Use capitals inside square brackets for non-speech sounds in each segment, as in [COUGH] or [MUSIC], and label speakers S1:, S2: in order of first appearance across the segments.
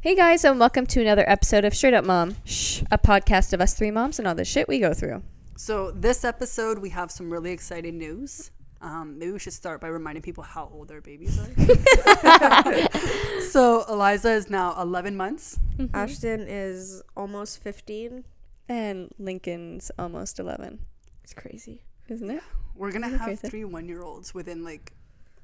S1: Hey guys, and welcome to another episode of Straight Up Mom, Shh. a podcast of us three moms and all the shit we go through.
S2: So this episode, we have some really exciting news. Um, maybe we should start by reminding people how old our babies are.
S1: [LAUGHS]
S2: so Eliza is now 11 months.
S1: Mm-hmm.
S3: Mm-hmm. Ashton is almost 15.
S1: And Lincoln's almost 11,
S3: It's crazy.
S1: isn't it?
S2: We're gonna
S1: Isn't it
S2: have
S1: crazy?
S2: three one-year-olds within like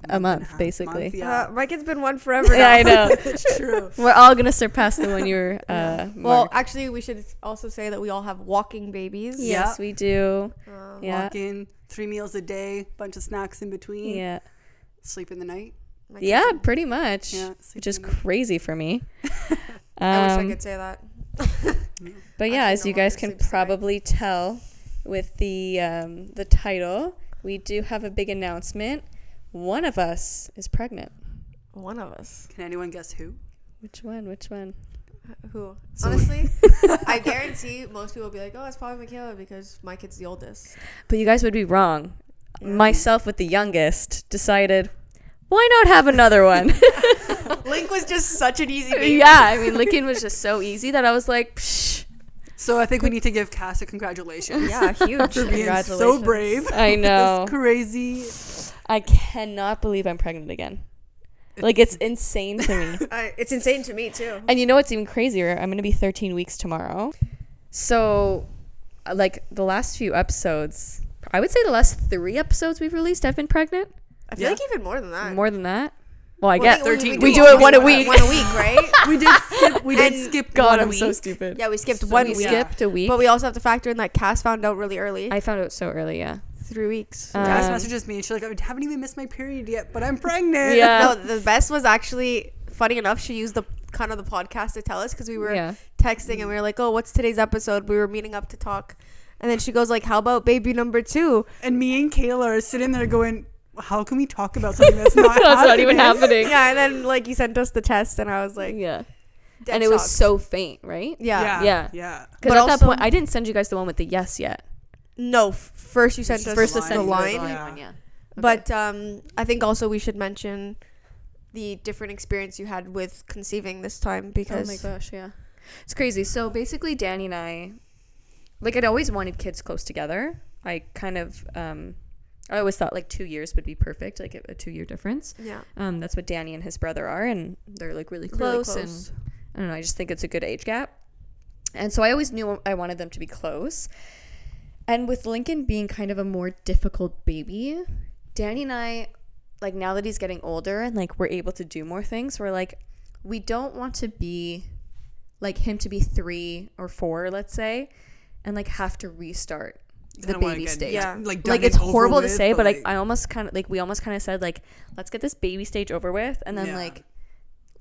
S1: A
S2: and
S1: month,
S2: half
S1: basically.
S2: month,
S3: Yeah.
S2: Yeah,
S3: Uh, my kid's been one [LAUGHS] forever.
S1: Yeah,
S3: now.
S1: I know.
S2: it's
S3: [LAUGHS]
S2: true.
S1: [LAUGHS] We're all gonna surpass the one year. [LAUGHS] Uh,
S3: Well,
S1: mark.
S3: actually, we should also say that we all have walking babies.
S1: yes, we do.
S3: Um,
S1: Yeah,
S2: Walking, three meals a day, bunch of snacks in between,
S1: yeah,
S2: sleep in the night.
S3: my kid's-
S1: yeah. Pretty much,
S2: Yeah,
S1: which is
S2: sleep in the night.
S1: crazy for me. [LAUGHS]
S3: [LAUGHS] I wish I
S1: Um,
S3: could say that.
S1: But yeah,
S3: can
S1: as
S3: no
S1: you guys
S3: longer
S1: can
S3: sleep tonight.
S1: probably tell with the um, the title, we do have a big announcement. One of us is pregnant.
S3: One of us.
S2: Can anyone guess who?
S1: Which one? Which one?
S3: Who?
S2: So-
S3: Honestly, [LAUGHS] I guarantee most people will be like, "Oh, it's probably Michaela because my kid's the [LAUGHS] oldest."
S1: But you guys would be wrong. Myself with the youngest decided, why not have another one?
S3: Link was just such an easy.
S1: [LAUGHS] yeah, I mean, Lincoln was just so easy that I was like, Psh,
S2: So I think we need to give Cass a congratulations.
S3: [LAUGHS] Yeah, huge.
S2: for being so brave.
S1: I know.
S2: It's crazy.
S1: I cannot believe I'm pregnant again. Like it's insane [LAUGHS] to me.
S3: Uh, it's insane to me too.
S1: And you know what's even crazier? I'm going to be 13 weeks tomorrow. So, uh, like the last few episodes, I would say the last three episodes we've released, I've been pregnant.
S3: I feel
S2: Yeah.
S3: like even more than that.
S1: More than that. Uh, Well, I
S3: Well,
S1: guess
S3: we- we
S2: 13.
S1: We do it one a
S3: one
S1: week.
S3: One a week, [LAUGHS] right?
S2: We did skip. We did
S3: And-
S2: skip.
S1: God,
S2: one
S1: I'm
S2: week.
S1: so stupid.
S3: yeah, we skipped
S2: So
S3: one
S1: we
S3: week.
S1: skipped a week.
S3: But we also have to factor in that Cass found out really early.
S1: I found out so early, yeah.
S3: three weeks.
S1: Uh,
S2: Cass
S1: Um,
S2: messages me and she's like, I haven't even missed my period yet, but I'm pregnant.
S1: Yeah.
S3: no, the best was actually funny enough. She used the kind of the podcast to tell us because we were [LAUGHS]
S1: Yeah.
S3: texting and we were like, "Oh, what's today's episode?" We were meeting up to talk, and then she goes like, "How about baby number two?
S2: And me and Kayla are sitting there going, How can we talk about something [LAUGHS] that's not
S1: That's not even
S2: happening?"
S1: happening.
S3: Yeah, and then like you sent us the test, and I was like,
S1: Yeah.
S3: dead
S1: and it was
S3: shocked.
S1: so faint, right?
S3: yeah.
S2: Yeah.
S1: Yeah.
S2: Yeah.
S1: Because
S3: But
S1: at that
S3: also-
S1: point, I didn't send you guys the one with the yes yet.
S3: No, f- first you sent us
S2: First
S3: the
S2: I
S3: line,
S2: sent you the line.
S1: one, yeah. Oh
S3: but um, I think also we should mention the different experience you had with conceiving this time
S1: Oh
S3: because
S1: my gosh, yeah. It's crazy. So basically, Danny and I, like, I'd always wanted kids close together. I kind of, um, I always thought like two years would be perfect, like a, a two year difference.
S3: yeah,
S1: Um, that's what Danny and his brother are, and they're like really
S3: Really
S1: close.
S3: close.
S1: And I don't know, I just think it's a good age gap. And so I always knew I wanted them to be close. And with Lincoln being kind of a more difficult baby, Danny and I, like now that he's getting older and like we're able to do more things, we're like, we don't want to be like him to be three or four, let's say, and like have to restart the
S2: Kinda wanna
S1: baby
S2: get-
S1: stage
S3: Yeah.
S2: Like, done
S1: like
S2: and
S1: it's
S2: over
S1: horrible to
S2: with,
S1: say, but like, I almost kind of like we almost kind of said like let's get this baby stage over with, and then
S2: Yeah.
S1: like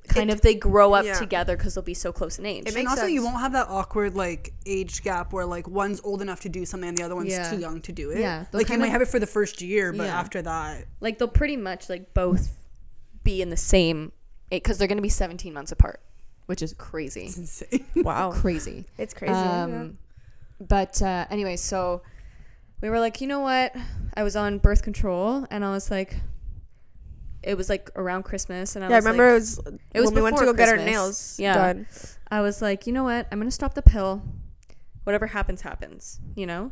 S1: kind of they grow up
S3: yeah.
S1: together because they'll be so close in age.
S3: It
S2: and
S3: makes
S2: also, you
S3: sense.
S2: won't have that awkward like age gap where like one's old enough to do something and the other one's
S1: Yeah.
S2: too young to do it.
S1: Yeah, they'll
S2: like you
S1: kind
S2: might
S1: of-
S2: have it for the first year, but
S1: Yeah.
S2: after that, [LAUGHS]
S1: like they'll pretty much like both be in the same because they're gonna be 17 months apart, which is crazy,
S2: it's insane.
S3: [LAUGHS] wow,
S1: crazy.
S3: it's crazy. yeah.
S1: Um, But uh, anyway, so we were like, you know what? I was on birth control, and I was like, it was like around Christmas, and I
S3: Yeah, I
S1: was like-
S3: remember it was
S1: It was
S3: when we went to go
S1: before
S3: get our
S1: Christmas.
S3: nails
S1: Yeah.
S3: done.
S1: I was like, you know what? I'm going to stop the pill. Whatever happens, happens, you know?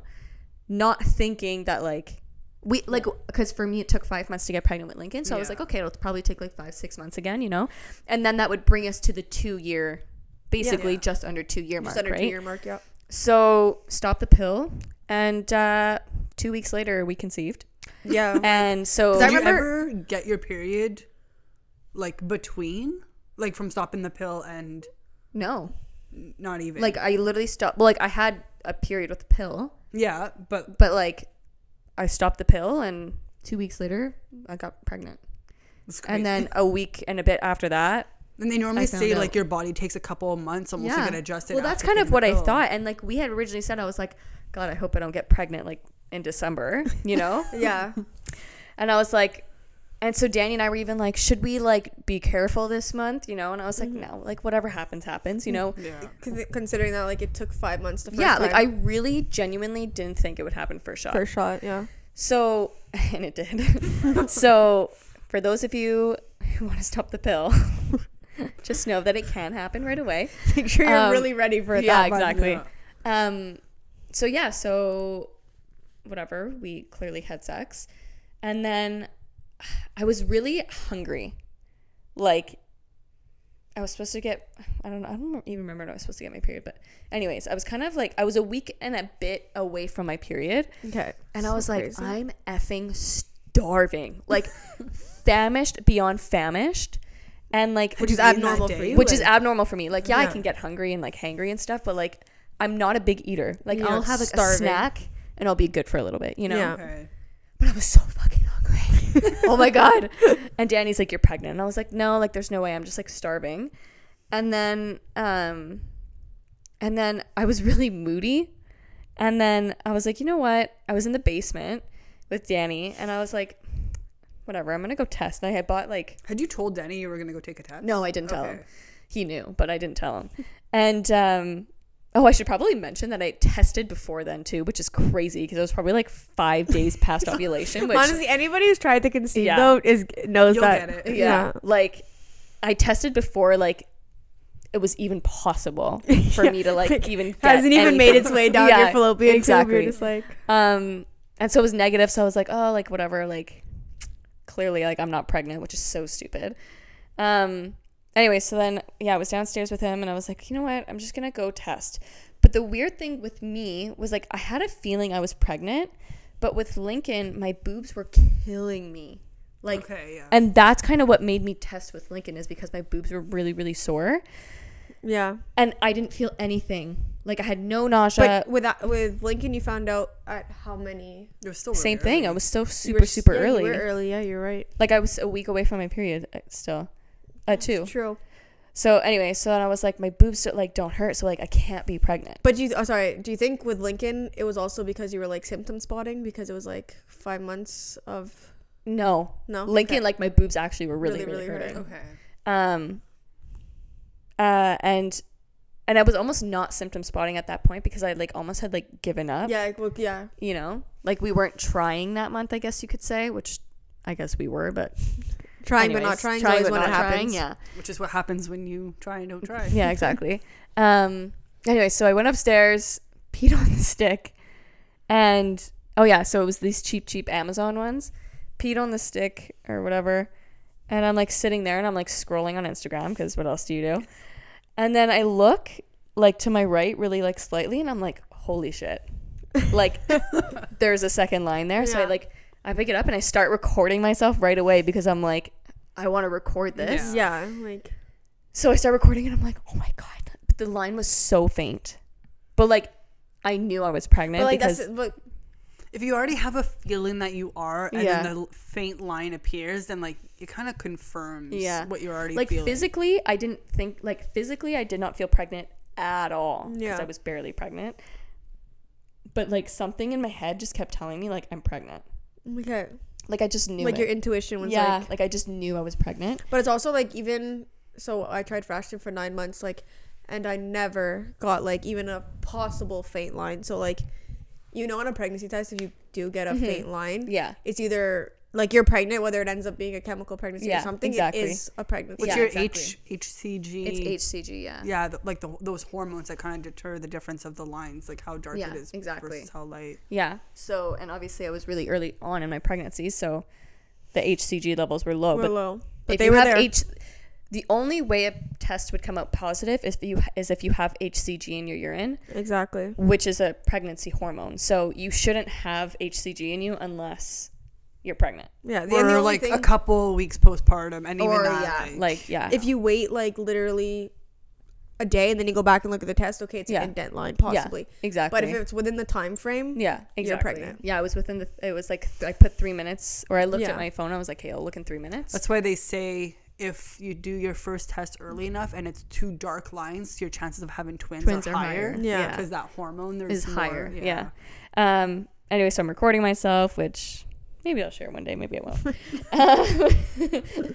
S1: Not thinking that, like, we, like, because for me, it took five months to get pregnant with Lincoln. So I was
S2: Yeah.
S1: like, okay, it'll probably take like five, six months again, you know? And then that would bring us to the two year, basically
S2: Yeah.
S1: just under two year mark,
S3: Just under
S1: right?
S3: two year mark, yeah.
S1: So stop the pill. And uh, two weeks later, we conceived.
S3: [LAUGHS] Yeah.
S1: And so,
S3: Did I
S2: Did
S3: remember-
S2: you ever get your period like between, like from stopping the pill and
S1: no,
S2: not even
S1: like, I literally stopped, well, like, I had a period with the pill.
S2: yeah, but
S1: but like I stopped the pill and two weeks later I got pregnant.
S2: it's crazy.
S1: And then a week and a bit after that.
S2: And they normally
S1: I
S2: say
S1: found
S2: like
S1: out.
S2: your body takes a couple of months almost to get adjusted.
S1: Well that's
S2: after
S1: kind of
S2: taking
S1: what
S2: the
S1: I
S2: pill.
S1: thought. And like we had originally said I was like, God, I hope I don't get pregnant like in December, you know?
S2: [LAUGHS]
S3: [LAUGHS] yeah.
S1: and I was like and so Danny and I were even like, should we like be careful this month? You know, and I was like,
S2: Mm-hmm.
S1: no, like whatever happens, happens, you know.
S2: Yeah.
S3: Con- Considering that, like, it took five months to first
S1: Yeah, like I
S3: time.
S1: really genuinely didn't think it would happen first shot.
S3: first shot, yeah.
S1: So, [LAUGHS] and [LAUGHS] it did. so, for those of you who want to stop the pill, [LAUGHS] Just know that it can happen right away.
S3: Make sure you're
S1: Um,
S3: really ready for it.
S1: yeah,
S3: that month.
S1: exactly.
S2: Yeah.
S1: Um, so yeah, so whatever, we clearly had sex, and then I was really hungry. Like, I was supposed to get I don't know I don't even remember when I was supposed to get my period, but anyways, I was kind of like I was a week and a bit away from my period,
S3: Okay.
S1: and I
S3: So
S1: was like,
S3: crazy.
S1: I'm effing starving,
S3: [LAUGHS]
S1: like famished beyond famished, and like
S3: which is
S2: you mean that
S3: abnormal for
S2: day?
S3: you.
S1: which is
S3: like-
S1: abnormal for me. Like, yeah, I
S3: Yeah.
S1: can get hungry and like hangry and stuff, but like I'm not a big eater. Like
S3: You're
S1: I'll have like a
S3: starving.
S1: snack and I'll be good for a little bit, you know.
S3: Yeah.
S2: Okay.
S1: But I was so fucking hungry. [LAUGHS] oh my god! And Danny's like, "You're pregnant," and I was like, "No, like there's no way. I'm just like starving." And then, um, and then I was really moody. And then I was like, you know what? I was in the basement with Danny, and I was like, whatever. I'm gonna go test. And I had bought like
S2: Had you told Danny you were gonna go take a test?
S1: no, I didn't tell him.
S2: Okay.
S1: He knew, but I didn't tell him. And um, oh, I should probably mention that I tested before then too, which is crazy because I was probably like five days [LAUGHS] past ovulation. Which
S3: Honestly, anybody who's tried to conceive
S1: Yeah.
S3: though is knows
S2: You'll
S3: that.
S2: get it.
S3: [LAUGHS]
S1: yeah, like I tested before like it was even possible [LAUGHS]
S3: [LAUGHS]
S1: for me to like even get
S3: Hasn't even
S1: [LAUGHS]
S3: made
S1: anything.
S3: its way down
S1: Yeah,
S3: your fallopian tube.
S1: exactly.
S3: You're just like
S1: Um, and so it was negative. So I was like, oh, like whatever. Like clearly, like I'm not pregnant, which is so stupid. Um. Anyway, so then yeah, I was downstairs with him, and I was like, you know what? I'm just gonna go test. But the weird thing with me was like I had a feeling I was pregnant, but with Lincoln, my boobs were killing me. Like
S2: Okay. Yeah.
S1: and that's kind of what made me test with Lincoln is because my boobs were really, really sore
S3: yeah.
S1: and I didn't feel anything. Like I had no nausea.
S3: But with that, with Lincoln, you found out at how many?
S2: You're still
S1: Same
S2: really
S1: thing.
S2: early.
S1: I was still
S3: You
S1: super,
S3: were-
S1: super
S3: yeah,
S1: early.
S3: You were early. Yeah, you're right.
S1: Like I was a week away from my period uh, still. Uh, too.
S3: True.
S1: So anyway, so then I was like, my boobs don't, like don't hurt, so like I can't be pregnant.
S3: But do you? Oh, sorry. Do you think with Lincoln, it was also because you were like symptom spotting because it was like five months of
S1: No,
S3: no
S1: Lincoln, like my boobs actually were really, really,
S3: Really, really
S1: hurting.
S3: hurting.
S2: Okay.
S1: um uh and and i was almost not symptom spotting at that point because i like almost had like given up
S3: Yeah, like, well, yeah.
S1: you know like we weren't trying that month i guess you could say which i guess we were but
S3: Trying but not
S1: anyways,
S3: trying. Trying but not happens.
S1: yeah
S2: Which is what happens when you try and don't try.
S1: yeah exactly um anyway so i went upstairs [LAUGHS] peed on the stick and oh yeah so it was these cheap cheap amazon ones peed on the stick or whatever and i'm like sitting there and i'm like scrolling on instagram because what else do you do and then i look like to my right really like slightly and i'm like holy shit like there's a second line there so i
S3: Yeah.
S1: like i pick it up and i start recording myself right away because i'm like i want to record this
S2: Yeah.
S3: Yeah, like
S1: so I start recording and I'm like, oh my god, but the line was so faint. But like, I knew I was pregnant
S3: but like
S1: because
S3: that's but
S2: If you already have a feeling that you are, and
S1: Yeah.
S2: then the l- faint line appears, then like it kind of confirms
S1: Yeah.
S2: what you're already
S1: like
S2: feeling.
S1: physically, I didn't think like physically I did not feel pregnant at all because
S3: Yeah.
S1: I was barely pregnant. But like something in my head just kept telling me like I'm pregnant.
S3: okay.
S1: Like I just knew
S3: Like
S1: it.
S3: your intuition was
S1: yeah,
S3: like
S1: like, I just knew I was pregnant.
S3: But it's also like even so I tried fasting for nine months, like and I never got like even a possible faint line. So like you know on a pregnancy test if you do get a faint line,
S1: Mm-hmm. Yeah.
S3: it's either like you're pregnant, whether it ends up being a chemical pregnancy
S1: Yeah,
S3: or something,
S1: exactly.
S3: it is a pregnancy.
S2: What's
S1: Yeah,
S2: your
S1: exactly.
S2: H HCG?
S1: HCG,
S2: Yeah, th like the, those hormones that kind of deter the difference of the lines, like how dark
S1: Yeah,
S2: it is
S1: exactly.
S2: versus how light.
S1: Yeah. So, and obviously I was really early on in my pregnancy, so the HCG levels were low,
S3: We're
S1: but
S3: low. But
S1: if
S3: they
S1: you
S3: were
S1: have
S3: there.
S1: H, the only way a test would come out positive is if you is if you have HCG in your urine,
S3: exactly.
S1: which is a pregnancy hormone. So you shouldn't have HCG in you unless you're pregnant.
S3: Yeah. The, and the
S2: Or
S3: only
S2: like
S3: thing,
S2: a couple weeks postpartum, and even
S3: Or,
S2: that,
S3: yeah,
S2: like,
S1: Like yeah,
S3: if you wait like literally a day and then you go back and look at the test, okay, it's
S1: Yeah.
S3: an indent line possibly.
S1: exactly.
S3: But if it's within the time frame,
S1: yeah, exactly.
S3: you're pregnant.
S1: Yeah, I was within the. It was like I put three minutes, or I looked
S3: Yeah.
S1: at my phone. I was like, hey, I'll look in three minutes.
S2: that's why they say if you do your first test early enough and it's two dark lines, your chances of having twins,
S1: Twins
S2: are,
S1: are
S2: higher.
S1: higher.
S3: Yeah.
S2: because that hormone there's
S1: is
S2: more-
S1: higher. Yeah. Um. Anyway, so I'm recording myself, which maybe I'll share one day. Maybe I
S2: [LAUGHS]
S1: won't. Um, [LAUGHS]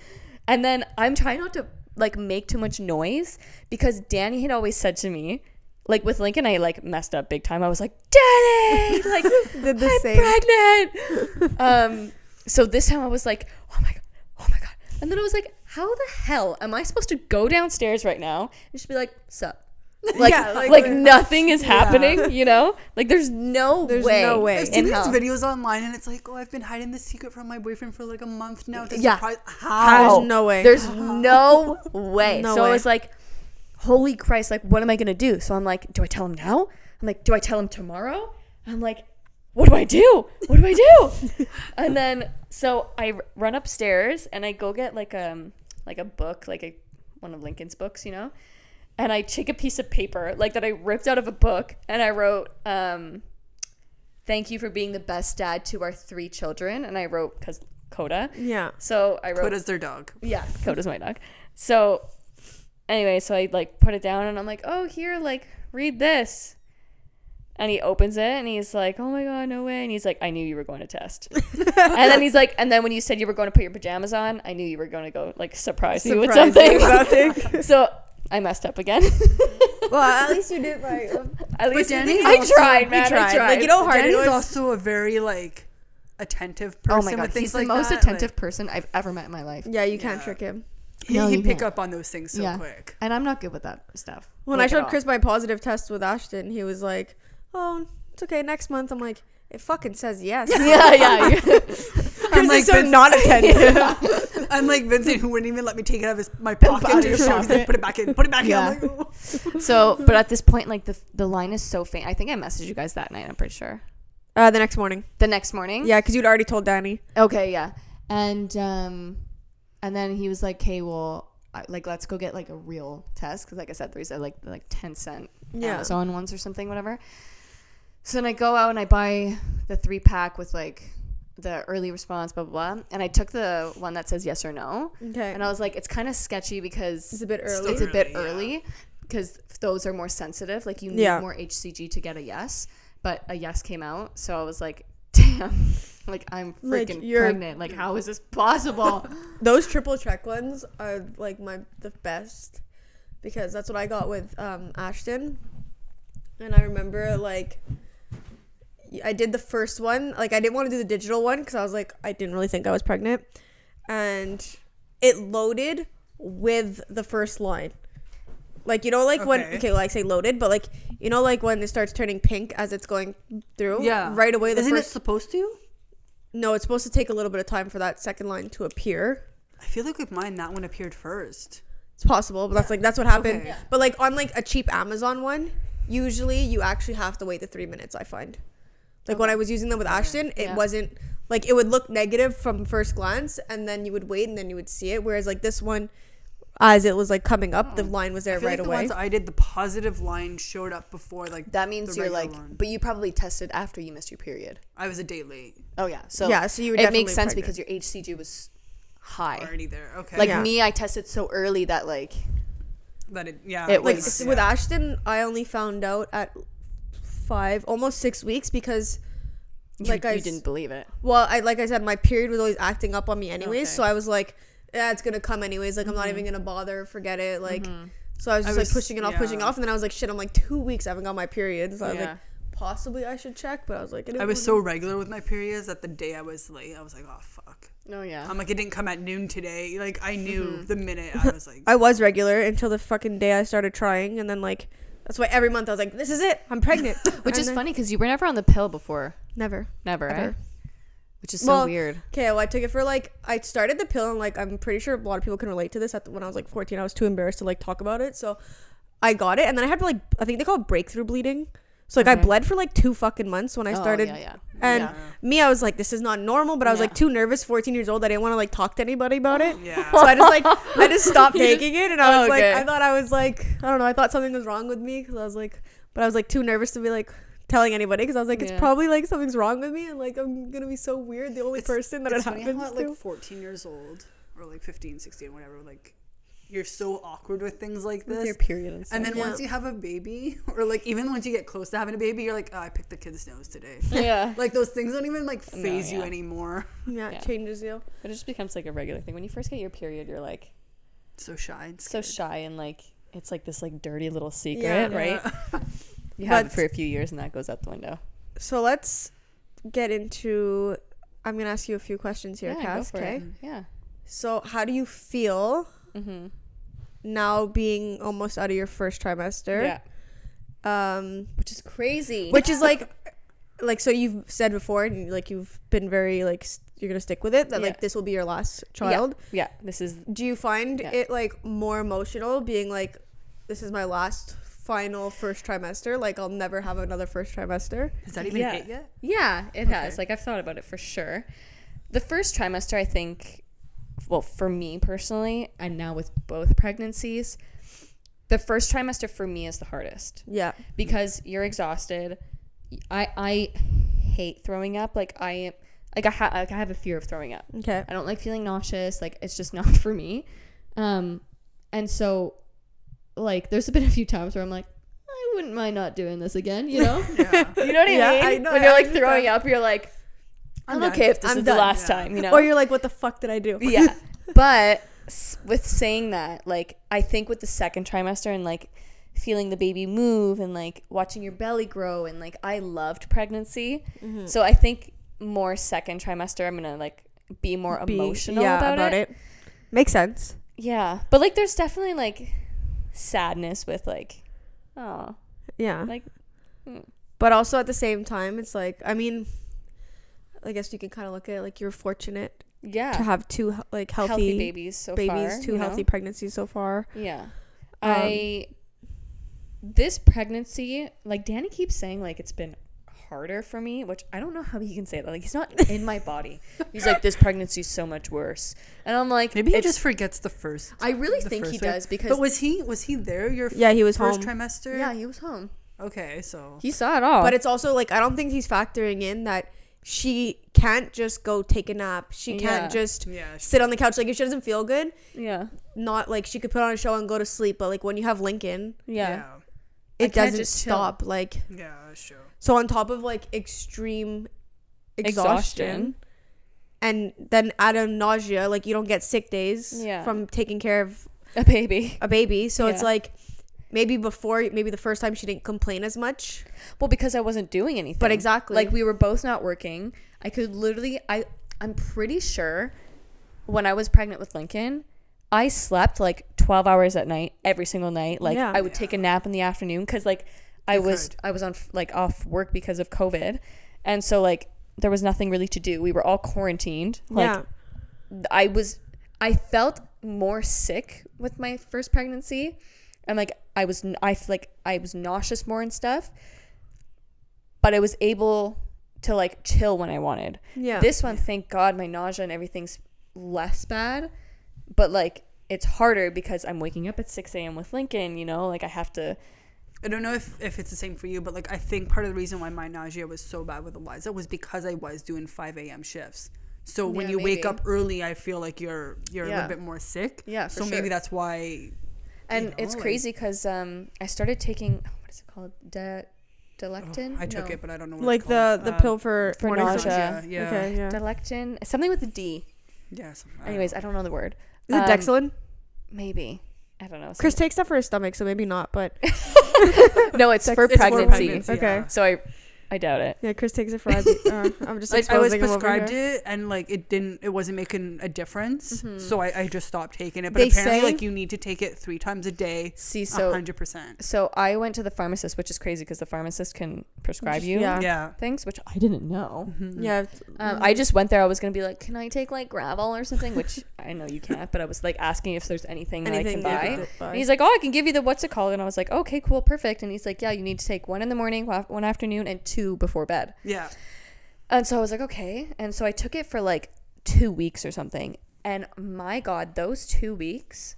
S1: and then I'm trying not to like make too much noise because Danny had always said to me, like with Lincoln, I like messed up big time. I was like, Danny, like
S3: Did the
S1: I'm
S3: same. [LAUGHS]
S1: pregnant. um. So this time I was like, oh my god, oh my god, and then I was like, how the hell am I supposed to go downstairs right now and just be like, sup? Like,
S3: [LAUGHS] Yeah,
S1: like,
S3: like-
S1: nothing is happening, you know? Like there's no
S3: There's
S1: way.
S3: no way.
S2: I've
S1: in
S2: seen these
S1: hell.
S2: videos online, and it's like, oh, I've been hiding this secret from my boyfriend for like a month now. To
S1: Yeah.
S2: surprise-
S1: How?
S2: how?
S3: There's no way.
S1: Oh.
S3: [LAUGHS]
S1: There's no way.
S3: No
S1: so I
S3: way.
S1: was like, holy Christ, like, what am I going to do? So I'm like, do I tell him now? I'm like, do I tell him tomorrow? I'm like, what do I do? What do I
S3: [LAUGHS]
S1: do? and then, so I r- run upstairs and I go get like um like a book, like a one of Lincoln's books, you know? And I take a piece of paper, like that I ripped out of a book, and I wrote, um, thank you for being the best dad to our three children. And I wrote, because Coda.
S3: Yeah.
S1: So I wrote,
S2: What is their dog?
S1: [LAUGHS] yeah, Coda's my dog. So anyway, so I like put it down and I'm like, oh here, like read this. And he opens it and he's like, oh my god, no way. And he's like, I knew you were going to
S3: [LAUGHS]
S1: test. and then he's like, and then when you said you were going to put your pajamas on, I knew you were going to go like surprise, me with
S3: Surprised me
S1: something. [LAUGHS]
S3: with [LAUGHS] something.
S1: so I messed up again.
S3: [LAUGHS] well, at least you did right.
S1: [LAUGHS] At least
S2: Danny's
S1: I
S2: also-
S1: tried,
S3: You
S1: man. I
S3: tried.
S1: tried.
S3: Like, you know how hard it
S2: Danny's
S3: was-
S2: also a very like attentive person.
S1: oh my god,
S2: with things
S1: he's the
S2: like
S1: most
S2: that,
S1: attentive person I've ever met in my life.
S3: Yeah, you can't
S2: Yeah.
S3: trick him.
S2: Like, he
S1: No,
S2: he
S1: you
S2: pick
S1: can't.
S2: up on those things so
S1: Yeah.
S2: quick. [LAUGHS]
S1: And I'm not good with that stuff.
S3: When
S1: Like,
S3: I
S1: at
S3: showed
S1: all.
S3: Chris my positive test with Ashton, he was like, "Oh, it's okay. Next month." I'm like, "It fucking says yes."
S1: [LAUGHS] [LAUGHS]
S3: [LAUGHS]
S1: Yeah, yeah. yeah.
S3: Chris
S2: like,
S3: is so
S1: [LAUGHS]
S2: "This-
S3: not attentive.
S2: I'm like Vincent, who wouldn't even let me take it out of his my pocket.
S1: out
S2: to
S1: of your
S2: show. He's
S1: pocket.
S2: like, put it back in, put it back
S1: Yeah.
S2: in. I'm like, oh.
S1: So, but at this point, like the the line is so faint. I think I messaged you guys that night. I'm pretty sure.
S3: uh, the next morning.
S1: The next morning.
S3: Yeah, because you'd already told Danny.
S1: Okay. Yeah. And um, and then he was like, "Hey, well, I, like let's go get like a real test because, like I said, these are like like ten cent
S3: Yeah.
S1: Amazon ones or something, whatever." So then I go out and I buy the three pack with like the early response, blah blah blah, and I took the one that says yes or no.
S3: Okay.
S1: And I was like, it's kind of sketchy because
S3: It's a bit early.
S1: It's a bit
S2: Early, yeah.
S1: early because those are more sensitive. Like you need
S3: Yeah.
S1: more HCG to get a yes, but a yes came out, so I was like, [LAUGHS] damn, like I'm
S3: Like,
S1: freaking
S3: you're-
S1: pregnant. Like how is this possible?
S3: Those triple check ones are like my the best because that's what I got with um, Ashton, and I remember like I did the first one. Like I didn't want to do the digital one because I was like I didn't really think I was pregnant, and it loaded with the first line. Like you know, like when
S2: Okay.
S3: okay, well, I say loaded, but like you know, like when it starts turning pink as it's going through. right away. The
S2: Isn't it
S3: first,
S2: supposed to?
S3: no, it's supposed to take a little bit of time for that second line to appear.
S2: I feel like with mine, that one appeared first.
S3: It's possible, but that's like that's what happened.
S2: Okay. Yeah.
S3: But like on like a cheap Amazon one, usually you actually have to wait the three minutes. I find, like when I was using them with Ashton, it
S1: Yeah.
S3: wasn't like it would look negative from first glance, and then you would wait and then you would see it. Whereas like this one, as it was like coming up, the line was there
S2: Hmm. I feel
S3: right
S2: like the
S3: away.
S2: ones I did, the positive line showed up before
S1: [LAUGHS]
S2: like
S1: that means
S2: the
S1: you're like,
S2: regular one.
S1: but you probably tested after you missed your period.
S2: I was a day late
S1: Oh yeah, so
S3: Yeah, so you were
S1: it makes
S3: definitely
S1: sense
S3: pregnant.
S1: because your HCG was high.
S2: already there. Okay,
S1: Like
S3: Yeah.
S1: me, I tested so early that like
S2: that it yeah
S1: It
S3: like
S1: was-
S3: s-
S2: yeah.
S3: with Ashton, I only found out at five, almost six weeks because. Like
S1: you,
S3: I
S1: you
S3: s-
S1: didn't believe it.
S3: Well, I like I said, my period was always acting up on me anyways,
S2: Okay. Mm-hmm.
S3: so I was like, yeah, it's gonna come anyways. Like I'm not even gonna bother, forget it. Like, so I was
S2: I
S3: just
S2: was-
S3: like pushing it off, pushing it
S2: yeah.
S3: off, and then I was like, shit, I'm like two weeks I haven't got my period, so I was
S1: Yeah.
S3: like, possibly I should check, but I was like,
S2: I was so regular with my periods that the day I was late, I was like, oh fuck.
S1: Oh yeah.
S2: I'm like, it didn't come at noon today. Like I knew
S1: Mm-hmm.
S2: the minute I was like,
S3: I was regular until the fucking day I started trying, and then like that's why every month I was like, this is it,
S2: [LAUGHS]
S3: I'm pregnant,
S1: Which
S3: And
S1: is
S3: then-
S1: funny because you were never on the pill before.
S3: Never.
S1: Never,
S3: Ever.
S1: right? Which is so
S3: Well,
S1: weird.
S3: Okay, well, I took it for like I started the pill, and like I'm pretty sure a lot of people can relate to this. At the, when I was like 14, I was too embarrassed to like talk about it, so I got it, and then I had like I think they call it breakthrough bleeding. So like I
S1: Okay.
S3: bled for like two fucking months when I
S1: Oh,
S3: started,
S1: yeah, yeah.
S3: and
S1: [LAUGHS] Yeah.
S3: me, I was like, this is not normal, but I was
S1: Yeah.
S3: like too nervous, 14 years old. I didn't want to like talk to anybody about it.
S2: yeah.
S3: So I just like I just
S1: [LAUGHS]
S3: stopped
S1: You just-
S3: taking it, and I was
S1: Okay.
S3: like, I thought I was like, I don't know, I thought something was wrong with me because I was like, but I was like too nervous to be like telling anybody because I was like, it's
S1: Yeah.
S3: probably like something's wrong with me, and like I'm gonna be so weird, the only person that it
S2: it's funny
S3: happens
S2: how at
S3: to.
S2: like 14 years old or like 15, 16, whatever, like you're so awkward with things like this.
S1: period and
S2: and then once you have a baby, or like even once you get close to having a baby, you're like, oh, I picked the kid's nose today.
S1: yeah.
S2: like those things don't even like phase you
S1: yeah.
S2: anymore.
S3: yeah,
S1: Yeah.
S3: it changes you.
S1: [LAUGHS] But it just becomes like a regular thing. When you first get your period, you're like
S2: So shy. and
S1: so
S2: scared.
S1: shy and like it's like this like dirty little secret,
S3: Yeah.
S1: right? [LAUGHS] You have it
S3: But-
S1: for a few years and that goes out the window.
S3: So let's get into. I'm gonna ask you a few questions here, Cass. Okay.
S1: Yeah. Mm-hmm.
S3: So how do you feel now being almost out of your first trimester?
S1: Yeah.
S3: Um,
S1: Which is crazy. [LAUGHS]
S3: which is like like so you've said before and like you've been very like st- you're gonna stick with it that
S1: Yeah.
S3: like this will be your last
S1: Yeah,
S3: child
S1: Yeah. This is
S3: do you find
S1: Yeah.
S3: it like more emotional being like this is my last final first trimester like i'll never have another first trimester
S2: Is that even
S1: yeah.
S2: it
S1: [LAUGHS]
S2: yet?
S1: Yeah, it has. Like I've thought about it for sure. The first trimester, I think, well, for me personally, and now with both pregnancies, the first trimester for me is the hardest
S3: yeah
S1: because you're exhausted. I I hate throwing up. Like I like I ha- like I have a fear of throwing up.
S3: okay
S1: I don't like feeling nauseous. Like it's just [LAUGHS] not for me. Um, and so, like, there's been a few times where I'm like, I wouldn't mind not doing this again. You
S3: [LAUGHS]
S1: know, you know what I
S3: Yeah,
S1: mean?
S3: I know,
S1: when you're
S3: I
S1: like
S3: understand.
S1: throwing up, you're like,
S2: I'm
S1: I'm,
S2: done.
S1: okay if this
S3: I'm
S1: is
S3: done."
S1: the last
S2: Yeah.
S1: time. You know,
S3: or you're like what the fuck did i do [LAUGHS]
S1: yeah. But s- with saying that, like, I think with the second trimester and like feeling the baby move and like watching your belly grow and like I loved pregnancy.
S3: Mm.
S1: So I think more second trimester, I'm gonna like be more
S3: Be-
S1: emotional about, it.
S3: makes sense
S1: Yeah, but like there's definitely like sadness with like, oh,
S3: yeah
S1: like
S3: but also at the same time it's like i mean i guess you can kind of look at it like you're fortunate
S1: yeah,
S3: to have two he- like
S1: healthy,
S3: healthy,
S1: babies so
S3: babies
S1: far,
S3: two
S1: you know?
S3: healthy pregnancies so far
S1: Yeah,
S2: Um,
S1: I this pregnancy like Danny keeps saying like it's been harder for me, which I don't know how he can say that. Like he's not in my body. He's like this pregnancy's so much worse, and I'm like
S2: Maybe he
S1: it's-
S2: just forgets the first.
S1: I really
S2: the
S1: think he
S2: first one.
S1: does because
S2: But was he was he there your f-
S3: Yeah, he was
S2: first
S3: home.
S2: trimester?
S1: yeah he was home.
S2: Okay, so
S1: He saw it all.
S3: But it's also like I don't think he's factoring in that she can't just go take a nap. She
S1: Yeah.
S3: can't just
S2: Yeah, she-
S3: sit on the couch. Like if she doesn't feel good,
S1: yeah,
S3: not like she could put on a show and go to sleep. But like when you have Lincoln,
S1: yeah, I
S3: it
S1: can't
S3: doesn't
S1: just chill.
S3: stop. Like
S2: yeah, yeah that's true.
S3: so on top of like extreme exhaustion,
S1: Exhaustion.
S3: and then add a nausea. Like you don't get sick days
S1: Yeah.
S3: from taking care of
S1: a baby.
S3: a baby. So it's
S1: Yeah.
S3: like maybe before maybe the first time she didn't complain as much.
S1: Well, because I wasn't doing anything.
S3: But exactly.
S1: Like we were both not working. I could literally I I'm pretty sure when I was pregnant with Lincoln, I slept like 12 hours at night every single night. Like
S3: Yeah.
S1: I would take a nap in the afternoon cuz like I was
S2: could.
S1: I was on like off work because of COVID. And so like there was nothing really to do. We were all quarantined. Like
S3: yeah.
S1: I was I felt more sick with my first pregnancy and like I was I f- like I was nauseous more and stuff but I was able to like chill when I wanted.
S3: Yeah.
S1: This one thank God my nausea and everything's less bad but like it's harder because I'm waking up at 6 a.m. with Lincoln, you know, like I have to
S2: I don't know if, if it's the same for you, but like I think part of the reason why my nausea was so bad with Eliza was because I was doing five AM shifts. So when
S1: Yeah,
S2: you wake
S1: maybe.
S2: up early, I feel like you're you're a
S1: Yeah.
S2: little bit more sick.
S1: Yeah, for
S2: So maybe
S1: sure.
S2: that's why.
S1: and
S2: know,
S1: it's
S2: like- Oh,
S1: crazy cuz um I started taking what is it called? De- Delectin?
S2: I took
S1: No.
S2: it, but I don't know. What
S3: like
S2: it's
S3: the
S2: called.
S3: the
S2: Uh,
S3: pill for,
S1: for
S3: morning
S1: nausea.
S2: nausea, Yeah.
S3: Okay, yeah.
S1: Delectin, something with a D.
S2: Yeah. Something, I don't
S1: Anyways, I don't know the word.
S3: Is it
S1: Um,
S3: Dexalin?
S1: Maybe. I don't know.
S3: Chris takes that for his stomach, so maybe not. But
S1: Some- [LAUGHS] no, it's for
S2: It's for
S1: pregnancy.
S2: pregnancy,
S3: Okay.
S2: yeah.
S1: So I I doubt it.
S3: yeah, Chris takes it
S2: [LAUGHS]
S3: for. IV uh, I'm just
S2: Like I was
S3: exposing him over
S2: prescribed
S3: here.
S2: it, and like it didn't, it wasn't making a difference.
S1: Mm-hmm.
S2: So I, I just stopped taking it. But
S3: They
S2: apparently,
S3: say-
S2: like you need to take it three times a day.
S1: See,
S2: A
S1: so
S2: hundred percent.
S1: so I went to the pharmacist, which is crazy because the pharmacist can prescribe you
S3: Yeah.
S2: Yeah. Mm-hmm.
S1: things, which I didn't know.
S3: Yeah, it's-
S1: Um, I just went there. I was gonna be like, "Can I take like gravel or something?" Which I know you can't, but I was like asking if there's anything,
S3: anything
S1: that I
S3: that
S1: can
S3: you
S1: buy.
S3: could buy.
S1: And he's like, "Oh, I can give you the what's it called?" And I was like, "Okay, cool, perfect." And he's like, "Yeah, you need to take one in the morning, wa- one afternoon, and two before bed."
S2: Yeah.
S1: And so I was like, okay. And so I took it for like two weeks or something. And my God, those two weeks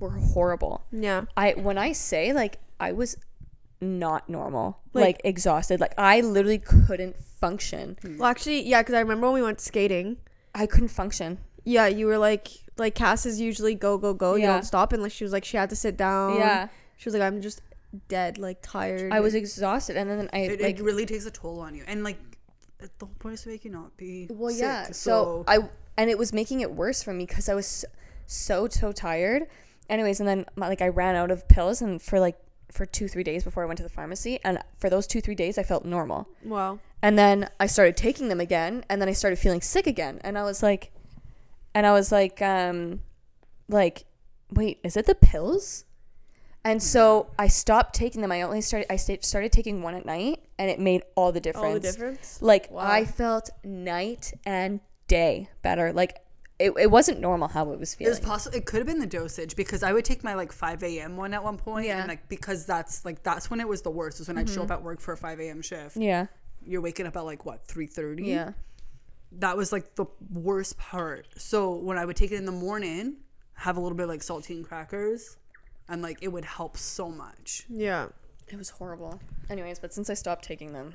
S1: were horrible.
S3: yeah,
S1: I when I say like I was not normal, like,
S3: Like-
S1: exhausted. Like I literally couldn't function.
S2: Mm.
S3: well, actually, yeah, because I remember when we went skating.
S1: I couldn't function.
S3: Yeah, you were like, like Cass is usually go go go. You
S1: Yeah.
S3: don't stop unless she was like she had to sit down. she was like I'm just dead, like tired.
S1: I was exhausted, and then I
S2: It,
S1: like
S2: it really takes a toll on you, and like the whole point is to make you not be.
S1: Well,
S2: sick,
S1: Oh, yeah. So, I and it was making it worse for me because I was so, so so tired. Anyways, and then my, like I ran out of pills, and for like for two three days before I went to the pharmacy, and for those two three days I felt normal,
S3: wow.
S1: and then I started taking them again, and then I started feeling sick again, and I was like, and I was like, um, like, wait, is it the pills? And so I stopped taking them. I only started I sta- started taking one at night, and it made all the difference.
S3: All the difference.
S1: Like
S3: Wow.
S1: I felt night and day better. Like it, it wasn't normal how it was
S2: It
S1: feeling.
S2: was possible. It could have been the dosage because I would take my like 5 a.m. one at one point,
S1: Yeah. Mm-hmm.
S2: and like because that's like that's when it was the worst. Is when I'd show up at work for a 5 a.m. shift.
S1: yeah. Mm-hmm.
S2: You're waking up at like what 3:30.
S1: Yeah.
S2: that was like the worst part. So when I would take it in the morning, have a little bit of like saltine crackers, and like it would help so much.
S3: Yeah.
S1: It was horrible. Anyways, but since I stopped taking them,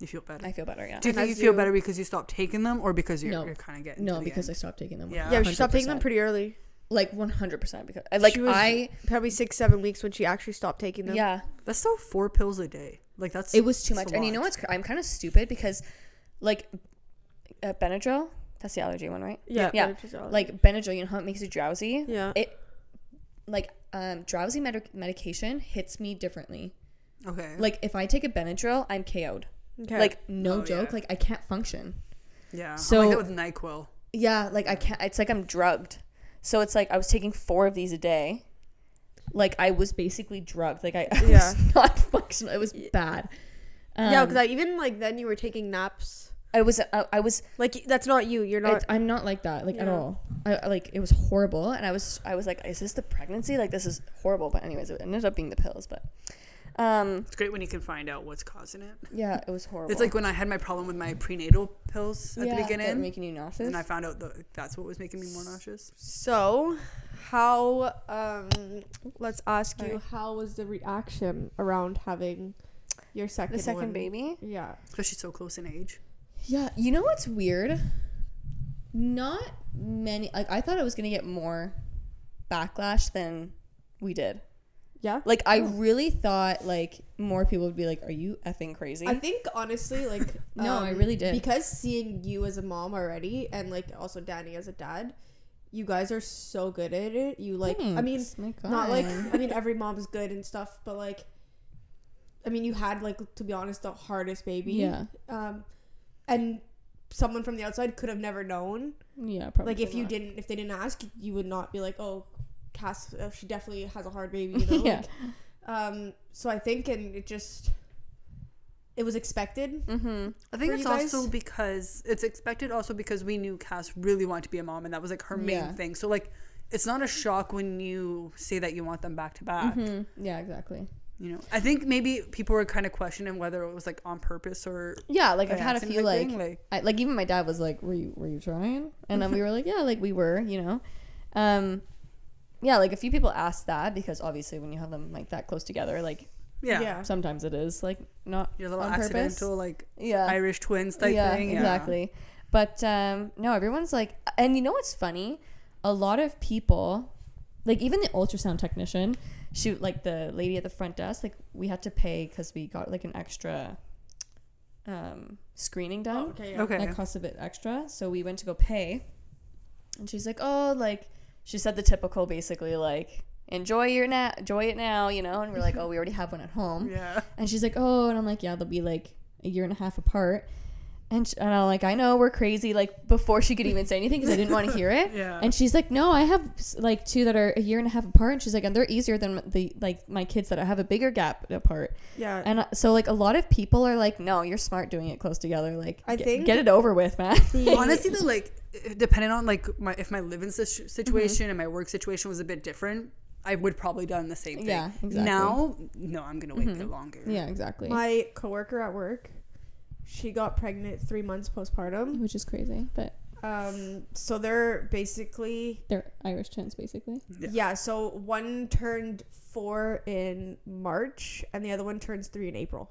S2: You feel better.
S1: I feel better. Yeah.
S2: Do you
S3: And
S2: think you
S3: as
S2: feel
S3: you-
S2: better because you stopped taking them, or because you're,
S1: No.
S2: you're kind of getting
S1: no, because I stopped taking them.
S2: Yeah.
S3: Yeah, she stopped taking them
S1: 100%.
S3: pretty early.
S1: like 100% because I- like
S3: She was
S1: I
S3: probably six, seven weeks when she actually stopped taking them.
S1: yeah,
S2: I that's still four pills a day. Like that's
S1: it was too
S2: that's
S1: much.
S2: a
S1: And you know
S2: lot.
S1: what's cr- I'm kind of stupid because like uh, Benadryl, that's the allergy one, right?
S3: Yeah.
S1: Yeah.
S3: but it's all-
S1: Like Benadryl, you know how it makes you drowsy?
S3: Yeah.
S1: It like um drowsy medi- medication hits me differently.
S2: okay.
S1: Like if I take a Benadryl, I'm KO'd.
S3: Okay.
S1: Like no
S2: Oh,
S1: joke,
S2: yeah.
S1: like I can't function.
S2: yeah, so
S1: so-
S2: I'm like that with Nyquil.
S1: Yeah, like I can't. It's like I'm drugged. So it's like I was taking four of these a day. Like I was basically drugged. Like I, [LAUGHS] I
S3: Yeah.
S1: was not functional. It was bad. Um,
S3: yeah, because I even like then you were taking naps.
S1: I was I, I was
S3: Like that's not you. You're
S1: I,
S3: not.
S1: I'm not like that like at
S3: Yeah.
S1: all. I I- like it was horrible, and I was I was like, is this the pregnancy? Like this is horrible. But anyways, it ended up being the pills. But um,
S2: It's great when you can find out what's causing it.
S1: yeah, it was horrible.
S2: It's like when I had my problem with my prenatal pills at
S1: Yeah,
S2: the
S1: they're
S2: beginning,
S1: making you nauseous.
S2: and I found out that that's what was making me more nauseous.
S3: so, how? Um, let's ask you.
S1: Sorry.
S3: How was the reaction around having your second?
S1: the second
S3: one?
S1: baby.
S3: Yeah.
S2: Because she's so close in age.
S1: Yeah, you know what's weird? Not many. Like I thought I was gonna get more backlash than we did.
S3: Yeah.
S1: Like I really thought like more people would be like, "Are you effing crazy?"
S3: I think honestly, like
S1: [LAUGHS]
S3: um,
S1: No, I really did.
S3: because seeing you as a mom already, and like also Danny as a dad, you guys are so good at it. You like, I mean,
S1: Thanks, my
S3: not like
S1: God.
S3: I mean every mom's good and stuff, but like, I mean you had like to be honest the hardest baby,
S1: yeah,
S3: um, and someone from the outside could have never known.
S1: yeah, probably.
S3: Like if you
S1: not.
S3: didn't, if they didn't ask, you would not be like, oh, Cass, uh, she definitely has a hard baby.
S1: [LAUGHS]
S3: You know?
S1: yeah,
S3: Like, um. So I think, and it just, it was expected.
S1: mm-hmm.
S2: I think
S3: for
S2: it's
S3: you guys?
S2: also because it's expected also because we knew Cass really wanted to be a mom and that was like her main
S1: Yeah.
S2: thing. So like it's not a shock when you say that you want them back to back.
S1: mm-hmm. Yeah, exactly.
S2: You know. I think maybe people were kind of questioning whether it was like on purpose or
S1: Yeah, like
S2: by
S1: I've had a
S2: accident
S1: few
S2: type
S1: like
S2: thing, like
S1: I, like even my dad was like, "Were you were you trying?" And then we were like, "Yeah, like we were," you know. Um, yeah, like a few people asked that because obviously when you have them like that close together, like
S2: yeah.
S1: sometimes it is like not
S2: Your little
S1: on
S2: accidental
S1: purpose.
S2: like
S1: Yeah,
S2: Irish twins type
S1: yeah,
S2: thing. Yeah.
S1: exactly. But um, no, everyone's like, and you know what's funny? A lot of people, like even the ultrasound technician, shoot, like the lady at the front desk, like we had to pay because we got like an extra um, screening done
S3: Oh, okay.
S2: Okay.
S1: that costs a bit extra. So we went to go pay, and she's like, "Oh, like," she said the typical, basically like, "Enjoy your na- enjoy it now," you know. And we're
S2: [LAUGHS]
S1: like, "Oh, we already have one at home."
S2: Yeah.
S1: [LAUGHS] And she's like, "Oh," and I'm like, "Yeah, they'll be like a year and a half apart." And, sh- and I'm like, "I know we're crazy." Like before she could even say anything because I didn't want to hear it.
S2: [LAUGHS] Yeah.
S1: And she's like, "No, I have s- like two that are a year and a half apart." And she's like, "And they're easier than the like my kids that have a bigger gap apart."
S3: Yeah.
S1: And uh, so like a lot of people are like, "No, you're smart doing it close together." Like,
S3: I
S1: get,
S3: think-
S1: get it over with, man. [LAUGHS]
S3: the-
S2: Honestly, though, like i- depending on like my if my living
S1: Mm-hmm.
S2: situ- situation and my work situation was a bit different, I would probably done the same thing.
S1: Yeah, exactly. Mm-hmm.
S2: Now, no, I'm gonna wait a bit longer.
S1: yeah, exactly.
S3: My coworker at work, she got pregnant three months postpartum.
S1: Which is crazy, but
S3: Um, so they're basically
S1: they're Irish twins, basically.
S2: Yeah.
S3: yeah. So one turned four in March, and the other one turns three in April.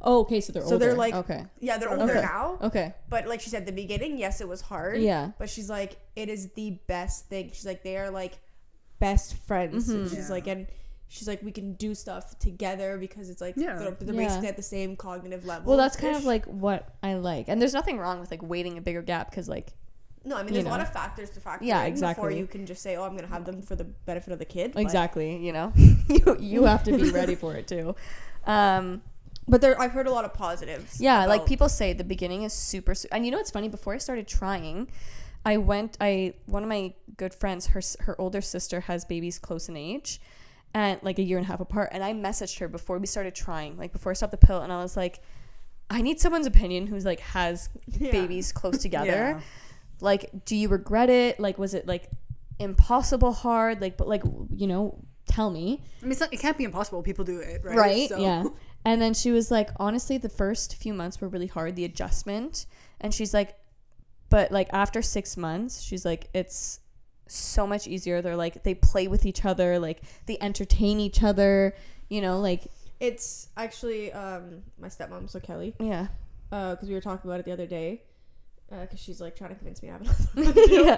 S1: Oh, okay, so they're
S3: So
S1: older.
S3: they're, like-
S1: okay,
S3: Yeah, they're older
S1: Okay.
S3: now.
S1: okay,
S3: But like she said, at the beginning, yes, it was hard.
S1: yeah,
S3: But she's like, it is the best thing. She's like, they are like best friends.
S1: Mm-hmm.
S3: And she's
S2: Yeah.
S3: like, and she's like, we can do stuff together because it's like
S2: Yeah.
S3: they're, they're
S1: Yeah.
S3: basically at the same cognitive level.
S1: Well, that's kind of
S3: ish.
S1: like what I like, and there's nothing wrong with like waiting a bigger gap because like
S3: no. I mean,
S1: you
S3: there's a lot
S1: know.
S3: of factors to factor
S1: Yeah,
S3: in before
S1: exactly.
S3: you can just say, oh, I'm gonna have them for the benefit of the kid. but-
S1: exactly, you know, [LAUGHS] you
S3: [LAUGHS]
S1: you have to be ready for it too. Um,
S3: But there, I've heard a lot of positives.
S1: yeah, like
S3: about-
S1: people say the beginning is super, su- and you know what's funny? Before I started trying, I went. I one of my good friends, her s- her older sister has babies close in age, and like a year and a half apart. And I messaged her before we started trying, like before I stopped the pill, and I was like, I need someone's opinion who's like has babies close together.
S2: Yeah.
S1: Like, do you regret it? Like, was it like impossible hard? Like, but like you know, tell me.
S2: I mean, it's not, it can't be impossible. People do it, right?
S1: Right.
S2: So-
S1: Yeah. And then she was like, honestly, the first few months were really hard, the adjustment. And she's like, but like after six months, she's like, it's so much easier. They're like, they play with each other, like they entertain each other, you know, like,
S3: It's actually um, my stepmom, so Kelly,
S1: yeah.
S3: because we were talking about it the other day. Because she's like trying to convince me to have another
S1: [LAUGHS] yeah.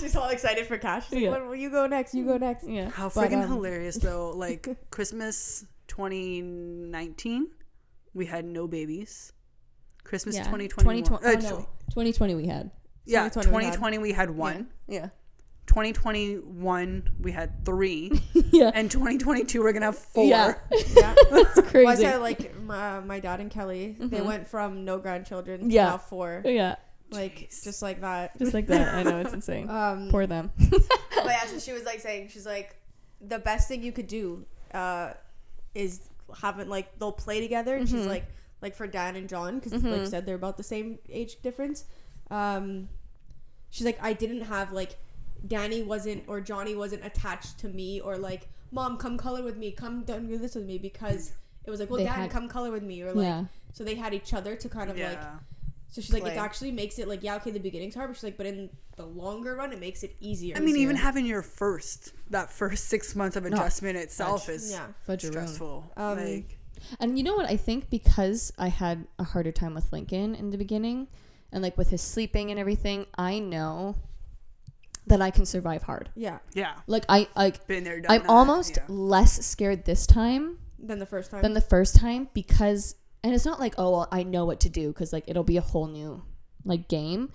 S3: She's all excited for Cash. She's like,
S1: Yeah. Mm-hmm.
S3: "When will you go next? You go next.
S1: Yeah.
S2: How
S3: But,
S2: freaking
S3: um,
S2: hilarious
S1: [LAUGHS]
S2: though! Like Christmas 2019, we had no babies. Christmas
S1: Yeah.
S2: 2021.
S1: 2020
S2: uh,
S1: oh, no. 2020 we had.
S2: Yeah,
S3: 2020 we had.
S2: 2020 we had one.
S1: Yeah.
S2: 2021 we had three,
S1: [LAUGHS] [LAUGHS] Yeah.
S2: and 2022 we're gonna have four.
S1: Yeah. [LAUGHS]
S3: Yeah.
S1: It's
S3: Well, I
S1: crazy. Mm-hmm.
S3: said like my, uh, my dad and Kelly, they went from no grandchildren
S1: Yeah.
S3: to now four,
S1: yeah.
S3: like just like that.
S1: Just like that. I know it's insane.
S3: Um,
S1: Poor them.
S3: but yeah, so she was like saying, she's like, the best thing you could do uh, is having like they'll play together. And
S1: Mm-hmm.
S3: she's like, like for Dan and John, because like you said, they're about the same age difference. Um, she's like, I didn't have like Danny wasn't or Johnny wasn't attached to me or like mom come color with me, come done do this with me because it was like, well,
S1: They
S3: Dan
S1: had-
S3: come color with me or like.
S1: Yeah.
S3: So they had each other to kind of like
S2: Yeah.
S3: so she's like,
S1: Play.
S3: it actually makes it like, yeah, okay, the beginning's hard, but she's like, but in the longer run, it makes it easier.
S2: I mean, even
S1: Yeah.
S2: having your first that first six months of adjustment itself is
S3: yeah,
S1: Fudgeroon.
S2: stressful.
S3: Um,
S2: like
S1: And you know what? I think because I had a harder time with Lincoln in the beginning and like with his sleeping and everything, I know that I can survive hard.
S3: yeah,
S2: yeah,
S1: Like I like
S2: been there. Done
S1: I'm
S2: that,
S1: almost
S2: yeah.
S1: less scared this time
S3: than the first time.
S1: than the first time because and it's not like oh well, I know what to do cuz like it'll be a whole new like game,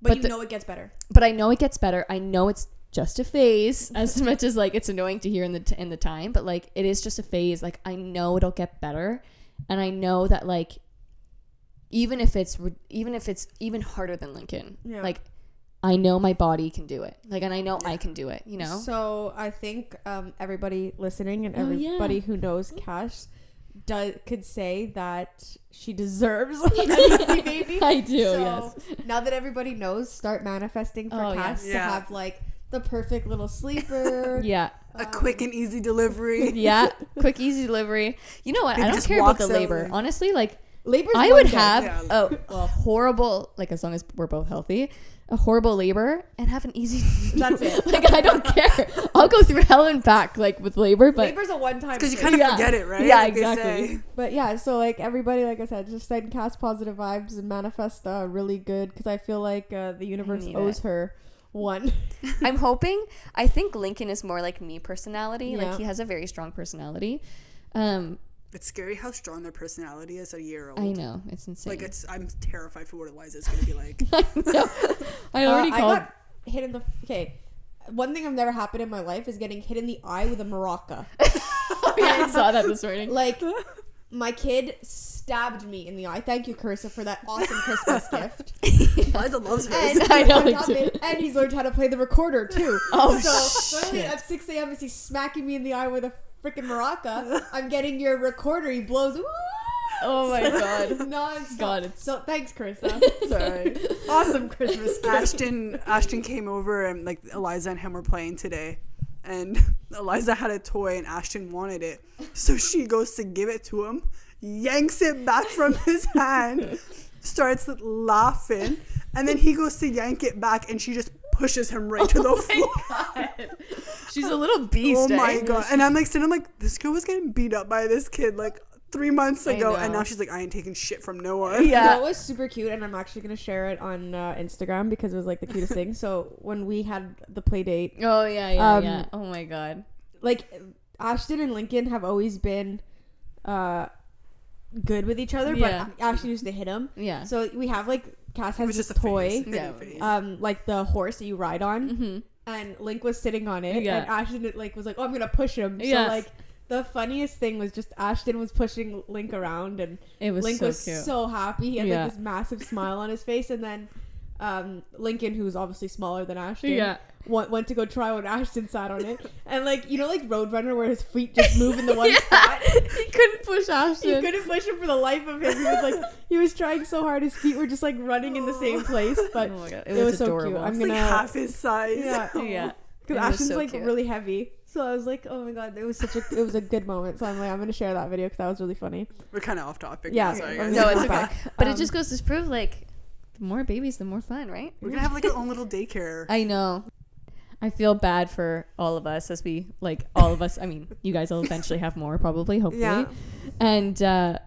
S3: but,
S1: but
S3: you
S1: the-
S3: know it gets better.
S1: but I know it gets better. I know it's just a phase [LAUGHS] as much as like it's annoying to hear in the t- in the time, but like it is just a phase. Like I know it'll get better and I know that like even if it's re- even if it's even harder than Lincoln.
S3: Yeah.
S1: Like I know my body can do it. Like and I know I can do it, you know?
S3: So I think um, everybody listening and
S1: Oh, yeah. Oh.
S3: everybody who knows Cash does could say that
S1: [LAUGHS]
S3: she deserves [LAUGHS] an easy baby.
S1: I do,
S3: So now that everybody knows, start manifesting for
S1: Oh, yeah.
S3: Cash to
S2: Yeah.
S3: have like the perfect little sleeper.
S1: yes. [LAUGHS] Yeah.
S2: a quick and easy delivery.
S1: Um, [LAUGHS] Yeah. Quick easy delivery. You know what?
S2: Maybe
S1: I don't
S2: just
S1: care about
S2: walks
S1: the
S2: out
S1: labor.
S2: and-
S1: Honestly, like
S3: Labor's
S1: I
S3: one
S1: would
S3: day.
S1: have
S2: Yeah.
S1: a, a horrible, like as long as we're both healthy, a horrible labor and have an [LAUGHS] easy.
S3: That's it.
S1: like I don't care. I'll go through hell and back like with labor, but [LAUGHS]
S3: Labor's a one-time.
S2: Because you
S3: thing.
S2: kind of
S1: Yeah.
S2: forget it, right?
S1: Yeah,
S2: they
S1: exactly.
S2: say.
S3: But yeah, so like everybody, like I said, just send cast positive vibes and manifest uh, really good because I feel like uh, the universe
S1: need
S3: owes her one.
S1: I'm hoping. I think Lincoln is more like me personality.
S3: Yeah.
S1: Like he has a very strong personality. Um,
S2: It's scary how strong their personality is at a year old.
S1: I know it's insane.
S2: Like it's, I'm terrified for what Eliza is gonna be like.
S1: [LAUGHS] I know. [LAUGHS] I
S3: Uh,
S1: already
S3: I
S1: called.
S3: got hit in the okay. One thing I've never happened in my life is getting hit in the eye with
S1: [LAUGHS]
S3: a maraca.
S1: I saw that this [LAUGHS] morning.
S3: Like my kid stabbed me in the eye. Thank you, Carissa, for that awesome
S1: [LAUGHS]
S3: Christmas gift.
S2: Eliza loves hers. [LAUGHS]
S3: And,
S1: I know,
S3: on
S1: me
S3: top
S1: too.
S3: of it- and he's learned how to play the recorder too.
S1: [LAUGHS] Oh,
S3: so not only
S1: shit.
S3: at 6 a.m. is he smacking me in the eye with a freaking maraca. I'm getting your recorder. He blows. "Ooh,"
S1: Oh my god.
S3: [LAUGHS] nonstop.
S1: God, it's-
S3: so
S1: [LAUGHS]
S3: thanks, Krista. Sorry. awesome
S2: [LAUGHS]
S3: Christmas gift.
S2: Ashton Ashton came over and like Eliza and him were playing today, and [LAUGHS] Eliza had a toy and Ashton wanted it, so she goes to give it to him, yanks it back from his hand, starts laughing, and then he goes to yank it back and she just pushes him right to the floor.
S1: She's a little beast.
S2: Oh my
S1: eh?
S2: god! And I'm like sitting, I'm like this girl was getting beat up by this kid like three months
S1: I
S2: ago, and
S1: know.
S2: now she's like I ain't taking shit from no one.
S1: [LAUGHS] Yeah.
S3: That was super cute, and I'm actually gonna share it on uh, Instagram because it was like the cutest thing. So when we had the play date,
S1: Oh yeah, yeah,
S3: Um,
S1: yeah. Oh my god.
S3: like Ashton and Lincoln have always been uh good with each other,
S1: Yeah.
S3: but Ashton used to hit him.
S1: Yeah.
S3: So we have like Cass
S2: It
S3: has
S2: was just
S3: this
S2: a
S3: toy,
S2: Phase. They did
S1: Yeah.
S2: a phase.
S3: um, like the horse that you ride on, and Link was sitting on it,
S1: Mm-hmm. Yeah.
S3: and Ashton like was like, "Oh, I'm gonna push him."
S1: Yeah.
S3: So like the funniest thing was just Ashton was pushing Link around, and
S1: It was
S3: Link
S1: so
S3: was
S1: cute.
S3: so happy. He had
S1: Yeah.
S3: like this massive smile on his face, and then
S4: um, Lincoln, who's obviously smaller than Ashton,
S3: [LAUGHS]
S4: wa- went to go try when Ashton sat on it, and like you know, like Roadrunner, where his feet just move in the
S1: [LAUGHS]
S4: one spot.
S1: he couldn't push
S4: He
S1: Ashton.
S4: couldn't push him for the life of him. He was like, he was trying so hard. His feet were just like running in the same place. But
S1: [LAUGHS] Oh my god,
S4: it, was, so cute. I'm
S2: It's
S4: gonna
S2: like half his size.
S4: yeah,
S1: [LAUGHS] yeah, It
S4: because
S1: was
S4: Ashton's
S1: so
S4: like
S1: cute.
S4: really heavy. So I was like, oh my god, it was such a it was a good moment. So I'm like, I'm gonna share that video because that was really funny.
S2: We're kind of off topic.
S4: Yeah.
S2: Yeah. Sorry,
S4: Yeah.
S2: guys.
S1: no, it's okay.
S4: Back.
S1: But
S4: Um,
S1: it just goes to prove, like, the more babies, the more fun, right?
S2: We're gonna have like our own little daycare.
S1: I know. I feel bad for all of us as we like all of us. I mean, you guys will eventually have more, probably, hopefully.
S3: Yeah.
S1: And uh,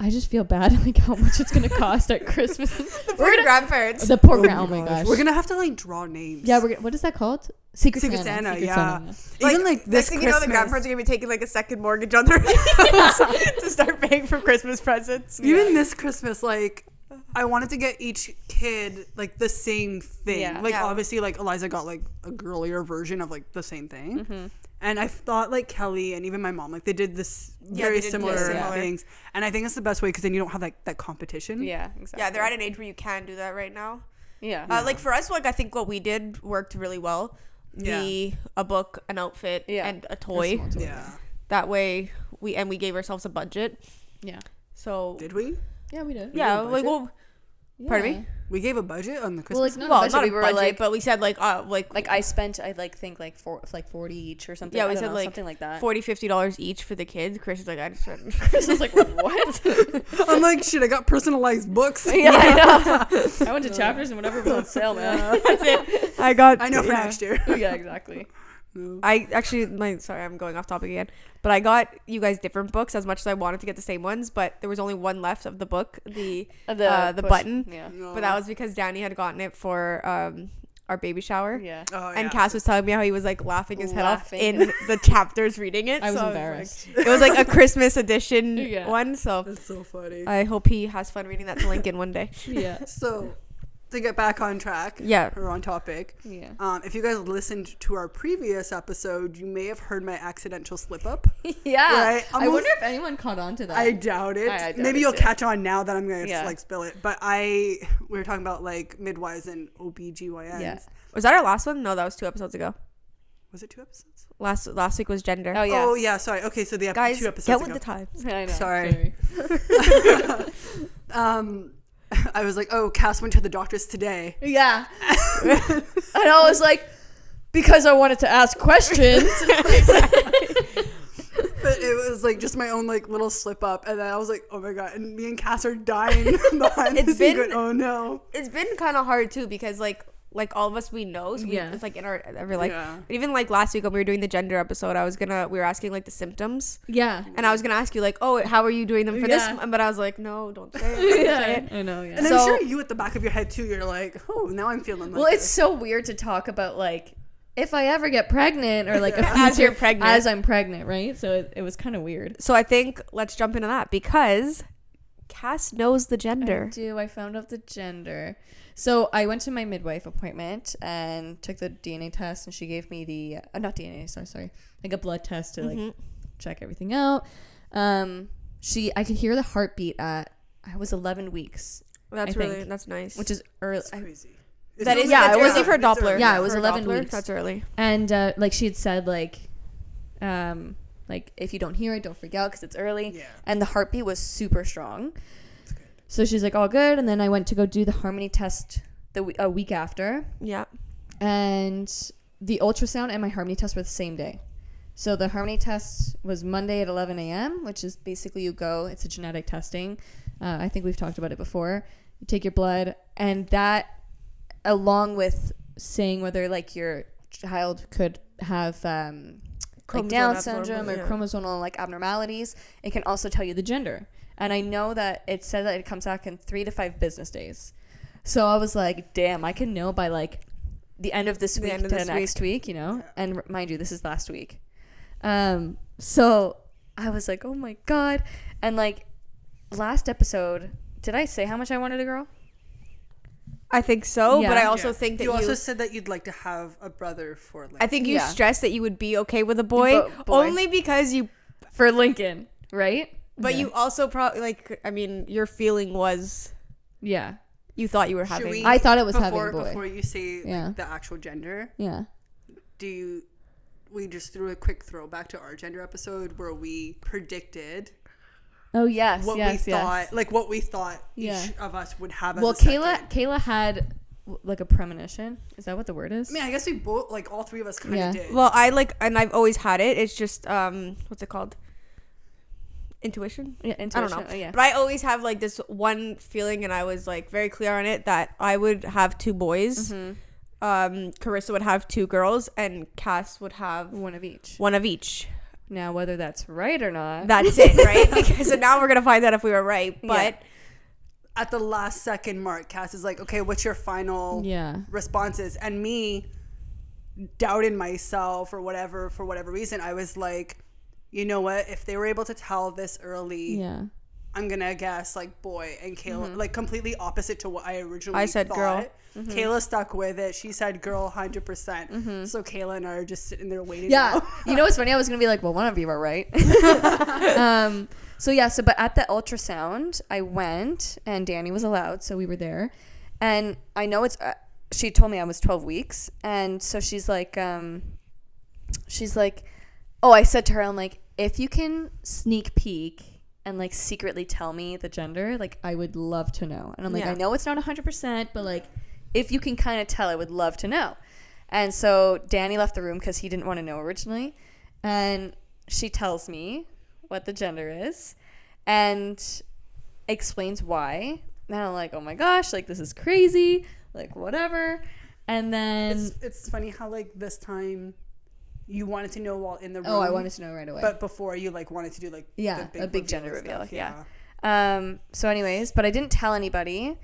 S1: I just feel bad [LAUGHS] like how much it's gonna cost at Christmas.
S3: The poor grandparents.
S1: the poor
S2: Oh
S1: grand.
S2: my
S1: Oh my gosh.
S2: We're gonna have to like draw names.
S1: yeah, we're gonna, what is that called? Secret,
S2: Secret
S1: Santa.
S2: Santa,
S1: Secret
S2: yeah.
S1: Santa.
S2: even like
S3: next
S2: this
S3: thing
S2: Christmas.
S3: you know, the grandparents are gonna be taking like a second mortgage on their [LAUGHS] house to start paying for Christmas presents.
S2: Even this Christmas, like, I wanted to get each kid like the same thing.
S1: Yeah.
S2: Like,
S3: Yeah.
S2: obviously, like Eliza got like a girlier version of like the same thing.
S1: Mm-hmm.
S2: And I thought like Kelly and even my mom, like they did this very
S3: they did
S2: similar,
S1: very similar.
S2: things. And I think it's the best way because then you don't have like that competition.
S1: Yeah, exactly.
S3: Yeah, they're at an age where you can do that right now.
S1: yeah.
S3: Uh, like for us, like I think what we did worked really well. The a book, an outfit,
S1: Yeah.
S3: and a toy.
S2: Yeah.
S3: That way, we and we gave ourselves a budget.
S1: yeah.
S3: So
S2: Did we?
S1: Yeah, we did.
S2: a
S3: yeah, like well, pardon me.
S2: We gave a budget on the
S1: Well, like
S2: Christmas.
S1: not
S3: well,
S1: a budget.
S3: not a
S1: we were
S3: budget,
S1: like,
S3: but we said like uh like
S1: like I spent, I like think like four, like forty each or something.
S3: yeah,
S1: I
S3: we
S1: don't
S3: said
S1: know,
S3: like
S1: something like that.
S3: forty fifty dollars each for the kids. Chris is like I [LAUGHS] just spent
S1: Chris was like, [LAUGHS] what?
S2: I'm like, shit, I got personalized books.
S1: [LAUGHS] yeah, I know. I went to chapters and whatever was on sale, man.
S3: that's it. I got
S2: I know for next year.
S1: [LAUGHS] yeah, exactly.
S3: I actually, my sorry, I'm going off topic again. But I got you guys different books as much as I wanted to get the same ones, but there was only one left of the book, the
S1: Uh,
S3: the uh, the
S1: push- Oh.
S3: button.
S1: Yeah.
S3: But that was because Danny had gotten it for um our baby shower.
S1: Yeah.
S2: Oh,
S3: And
S2: yeah.
S3: Cass was telling me how he was like laughing his head off
S1: Laughing.
S3: in the
S1: [LAUGHS]
S3: chapters reading it.
S1: I was
S3: so
S1: [LAUGHS]
S3: like-
S1: embarrassed.
S3: it was like a Christmas
S1: [LAUGHS]
S3: edition
S1: Yeah.
S3: one, so
S2: That's so funny.
S3: I hope he has fun reading that to Lincoln one day.
S1: [LAUGHS] yeah.
S2: so, to get back on track
S3: Yeah.
S2: or on topic,
S1: Yeah.
S2: Um, if you guys listened to our previous episode, you may have heard my accidental slip up.
S1: Yeah.
S2: Right?
S1: Ah, I
S2: Almost-
S1: wonder if anyone caught on to that.
S2: I doubt it.
S1: I- I doubt
S2: Maybe
S1: it
S2: you'll
S1: too.
S2: catch on now that I'm going to
S1: Yeah.
S2: like spill it. But I, we were talking about like midwives and OBGYNs.
S1: Yeah.
S3: Was that our last one? No, that was two episodes ago.
S2: Was it two episodes?
S3: Last last week was gender.
S1: oh yeah.
S2: Oh, yeah. Sorry. Okay. So the ep-
S3: Guys,
S2: two
S3: get with
S2: episodes ago.
S3: the times.
S1: I know.
S2: sorry. [LAUGHS] um, [LAUGHS] I was like, oh, Cass went to the doctor's today.
S1: Yeah. and I was like, because I wanted to ask questions.
S2: But it was like just my own like little slip up. And then I was like, oh my God. And me and Cass are dying [LAUGHS] behind
S3: It's
S2: the
S3: been-
S2: secret. Oh no.
S3: it's been kind of hard too because like like all of us we know so we,
S1: Yeah.
S3: it's like in our every like
S2: Yeah.
S3: but even like last week when we were doing the gender episode i was gonna we were asking like the symptoms
S1: yeah.
S2: Mm-hmm.
S3: and i was gonna ask you like oh how are you doing them for
S1: Yeah.
S3: this but i was like no don't say it,
S1: [LAUGHS]
S3: don't
S1: [LAUGHS]
S3: say
S1: yeah.
S3: it.
S1: I know. Yeah.
S2: And
S3: So-
S2: I'm sure you at the back of your head too. You're like, oh, now I'm feeling. Like
S1: Well, it's
S2: this."
S1: so weird to talk about like if I ever get pregnant or like a future,
S3: [LAUGHS] As you're pregnant.
S1: as I'm pregnant, right? So it, it was kind of weird.
S3: so i think let's jump into that because cass knows the gender
S1: I do. I found out the gender. So I went to my midwife appointment and took the DNA test, and she gave me the uh, not DNA, sorry, sorry, like a blood test to like check everything out. Um, she, I could hear the heartbeat at I was 11 weeks,
S3: that's
S1: I
S3: really
S1: think.
S3: that's nice
S1: which is early.
S2: It's crazy.
S3: that is
S2: only-
S3: yeah
S2: it's
S3: it was
S2: early.
S3: for a
S2: It's
S3: doppler
S2: early.
S1: Yeah, it was
S3: For a
S1: 11
S3: Doppler,
S1: weeks.
S3: that's early
S1: and uh, like she had said, like, um, like if you don't hear it, don't freak out because it's early.
S2: Yeah.
S1: And the heartbeat was super strong. So she's like, all good. And then I went to go do the harmony test the w- a week after.
S3: yeah
S1: and the ultrasound and my harmony test were the same day. So the harmony test was Monday at 11 a.m., which is basically you go. It's a genetic testing. Uh, I think we've talked about it before. You take your blood, and that, along with saying whether like your child could have um, like Down
S3: Chromosome
S1: syndrome or
S3: abnormal- yeah.
S1: chromosomal like abnormalities, it can also tell you the gender. And I know that it said that it comes back in three to five business days. So I was like, damn, I can know by like the end of this
S3: The
S1: week
S3: end of
S1: to
S3: this
S1: next week, you know? And r- mind you, this is last week. Um, so I was like, oh my God. And like last episode, did I say how much I wanted a girl?
S3: i think so but
S1: Yeah.
S3: i also
S2: Yeah.
S3: think that
S2: you
S3: you
S2: also said that you'd like to have a brother for like.
S3: I think you
S1: Yeah.
S3: stressed that you would be okay with a boy,
S1: Bo- boy.
S3: only because you.
S1: For Lincoln, right?
S3: But you also probably like. I mean, your feeling was
S1: Yeah.
S3: you thought you were
S2: Should
S3: having.
S2: we-
S1: I thought it was
S2: before,
S1: having a boy.
S2: Before you say like,
S1: Yeah.
S2: the actual gender,
S1: yeah.
S2: do you? We just threw a quick throwback to our gender episode where we predicted
S1: Oh yes,
S2: what
S1: yes,
S2: we
S1: yes.
S2: thought, like what we thought
S1: Yeah.
S2: each of us would have. As
S1: well,
S2: a
S1: Kayla,
S2: second.
S1: Kayla had w- like a premonition. Is that what the word is?
S2: I mean, I guess we both, like all three of us, kind of
S1: Yeah.
S2: did.
S3: well, I like, and I've always had it. It's just um, what's it called? Intuition.
S1: yeah,
S3: I don't know.
S1: intuition. Oh, yeah.
S3: But I always have like this one feeling, and I was like very clear on it that I would have two boys.
S1: Mm-hmm.
S3: Um, Carissa would have two girls, and Cass would have
S1: One of each.
S3: one of each.
S1: Now, whether that's right or not,
S3: That's
S1: [LAUGHS]
S3: it, right? Because so now we're gonna find out if we were right. But
S2: At the last second mark, Cass is like, "Okay, what's your final
S1: yeah,
S2: responses?" And me doubted myself or whatever for whatever reason. I was like, "You know what? If they were able to tell this early,
S1: yeah, Mm-hmm.
S2: I'm gonna guess like boy and Kayla like completely opposite to what I originally
S3: I said
S2: thought.
S3: girl.
S2: Kayla stuck with it. She said girl 100%. percent So Kayla and I are just sitting there waiting.
S1: Mm-hmm. yeah.
S2: now.
S1: [LAUGHS] you know what's funny? I was gonna be like, well, one of you were right. um. So yeah. So but at the ultrasound, I went and Danny was allowed, so we were there, and I know it's. Uh, she told me I was 12 weeks, and so she's like, um, she's like, oh, I said to her, I'm like, if you can sneak peek and like secretly tell me the gender, like I would love to know. And I'm like,
S3: Yeah.
S1: I know it's not 100%, but like if you can kind of tell, I would love to know. And so Danny left the room because he didn't want to know originally. And she tells me what the gender is and explains why. And I'm like, oh my gosh, like this is crazy, like whatever. And then,
S2: It's, it's funny how like this time you wanted to know while in the room.
S1: oh, I wanted to know right away.
S2: But before you like wanted to do like
S1: Yeah, a big
S2: reveal
S1: gender
S2: and
S1: reveal, yeah. Um, so, anyways, but I didn't tell anybody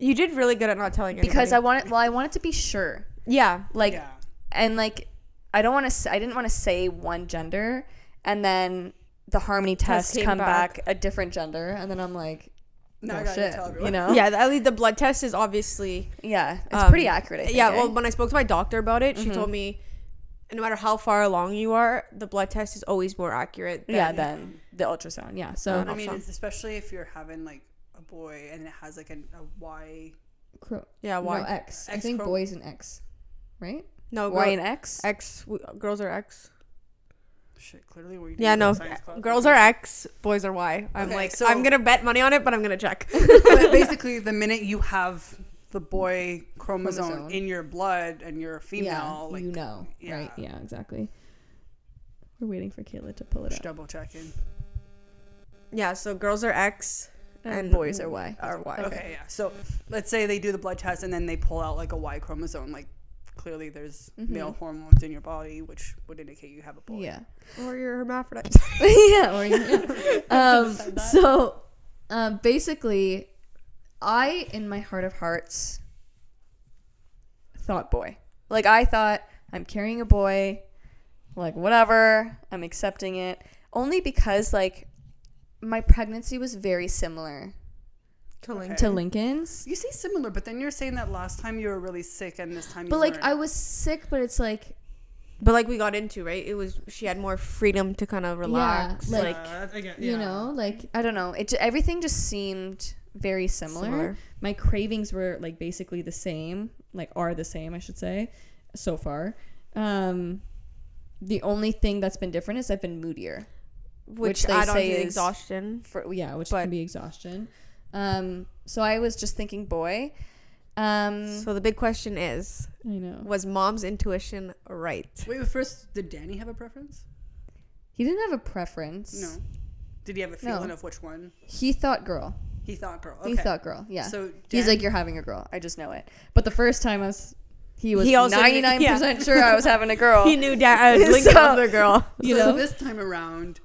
S3: you did really good at not telling anybody.
S1: because I wanted. Well, I wanted to be sure,
S3: yeah,
S1: like,
S2: Yeah.
S1: and like, I don't want to. I didn't want to say one gender, and then the harmony test,
S3: came
S1: come back.
S3: back.
S1: a different gender, and then I'm like,
S2: Now I
S1: oh,
S2: gotta
S1: shit,
S2: tell everyone.
S1: you know,
S3: yeah. At least the blood test is obviously
S1: yeah, it's
S3: um,
S1: pretty accurate. I think,
S3: yeah.
S1: eh? Mm-hmm.
S3: Well, when I spoke to my doctor about it, she told me. No matter how far along you are, the blood test is always more accurate. Than,
S1: yeah, then the ultrasound, yeah. So
S2: I mean,
S3: Awesome.
S2: it's especially if you're having like a boy and it has like an, a Y.
S1: Cro-
S3: Yeah,
S1: No,
S3: why?
S1: X. I
S2: Uh, X Oh,
S1: think
S2: chrom-
S1: boys and X, right?
S3: No,
S1: Y
S3: girl-
S1: and X.
S3: X w- girls are X.
S2: Shit, clearly we
S3: Yeah, no. Girls are X, boys are Y. I'm
S2: Okay,
S3: like,
S2: so-
S3: I'm gonna bet money on it, but I'm gonna
S1: [LAUGHS]
S3: check.
S2: [LAUGHS]
S3: [LAUGHS]
S2: but basically, the minute you have the boy chromosome,
S1: Chromosome.
S2: in your blood and you're a female, like,
S1: you know, right? Yeah, exactly. We're waiting for Kayla to pull it
S2: Just
S1: up.
S2: double checking.
S3: yeah, so girls are X
S1: And,
S3: and
S1: boys are Y.
S3: are Y.
S2: Okay. yeah. So let's say they do the blood test and then they pull out like a Y chromosome. Like clearly, there's male hormones in your body, which would indicate you have a boy.
S1: Mm-hmm. Yeah.
S3: Or you're hermaphrodite.
S1: [LAUGHS] yeah, or
S2: [LAUGHS]
S1: yeah. um, so um, basically, I, in my heart of hearts, thought boy. Like, I thought, I'm carrying a boy, like, whatever, I'm accepting it. Only because, like, my pregnancy was very similar to Lincoln's.
S2: You say similar, but then you're saying that last time you were really sick and this time.
S1: But,
S2: you
S1: like,
S2: weren't.
S1: I was sick, but it's like,
S3: But like we got into, right? It was she had more freedom to kind of relax.
S1: like-
S3: like,
S2: Uh, I get-
S1: you
S2: yeah.
S1: know, like, I don't know. It ju- Everything just seemed very similar.
S3: Similar.
S1: my cravings were like basically the same, like are the same, I should say, so far. Um, the only thing that's been different is I've been moodier,
S3: which,
S1: which they
S3: add on to
S1: say
S3: the
S1: is-
S3: exhaustion.
S1: for yeah, which
S3: But-
S1: can be exhaustion. Um, so I was just thinking, boy. Um,
S3: So the big question is,
S1: I know
S3: was mom's intuition right?
S2: Wait, but first, did Danny have a preference?
S1: he didn't have a preference.
S2: No. Did he have a
S1: No.
S2: feeling of which one?
S1: he thought girl.
S2: He thought girl. Okay.
S1: He thought girl. Yeah.
S2: So
S1: he's
S2: Dan-
S1: like, you're having a girl. I just know it. But the first time I was, he was
S3: He also knew-
S1: ninety nine percent sure I was having a girl.
S3: [LAUGHS] He knew dad uh, Lincoln
S1: So-
S3: was the girl.
S1: you
S2: so
S1: know.
S2: this time around,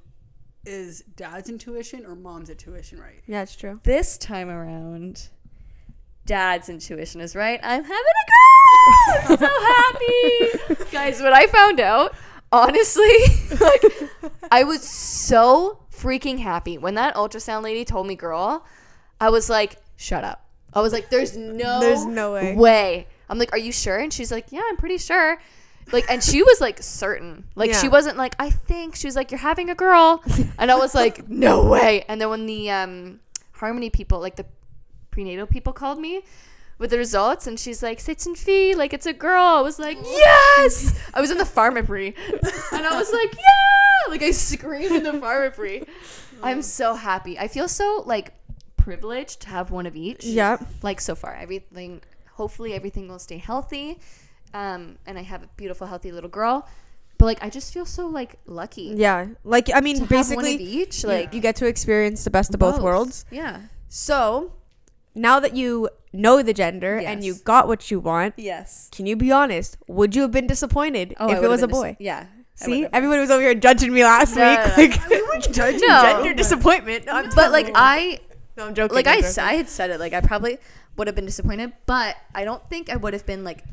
S2: is dad's intuition or mom's intuition right?
S3: Yeah, it's true.
S1: this time around, Dad's intuition is right. I'm having a girl. I'm so
S3: [LAUGHS]
S1: happy, guys. When I found out, honestly, [LAUGHS] like I was so freaking happy when that ultrasound lady told me girl. I was like, shut up. I was like, there's no,
S3: There's no way.
S1: way. I'm like, are you sure? And she's like, yeah, I'm pretty sure. Like, and she was like certain. Like,
S3: Yeah.
S1: she wasn't like, I think. She was like, you're having a girl. And I was like, no way. And then when the um, Harmony people, like the prenatal people called me with the results, and she's like, "Sits and fee, like it's a girl." I was like, "Yes!" I was in the pharmacy, and I was like, "Yeah!" Like I screamed in the pharmacy. I'm so happy. I feel so like privileged to have one of each.
S3: Yeah.
S1: Like so far, everything. Hopefully, everything will stay healthy, um, and I have a beautiful, healthy little girl. But like, I just feel so like lucky.
S3: Yeah. Like I mean,
S1: To have one
S3: basically,
S1: of each,
S3: you-
S1: like-
S3: you get to experience the best of both, worlds.
S1: Yeah.
S3: So now that you know the gender and you
S1: Yes.
S3: got what you want,
S1: Yes.
S3: can you be honest? Would you have been disappointed
S1: Oh, I
S3: if it
S1: would've
S3: was a
S1: been dis-
S3: boy?
S1: yeah. I
S3: See,
S1: would've.
S3: everybody was over here judging me last
S1: No, no, no.
S3: week. [LAUGHS] Like,
S2: Judging
S1: No.
S3: gender disappointment. No, I'm
S1: but like I,
S3: no, I'm joking.
S1: like
S3: I'm
S1: I,
S3: joking.
S1: s- I had said it. Like I probably would have been disappointed, but I don't think I would have been like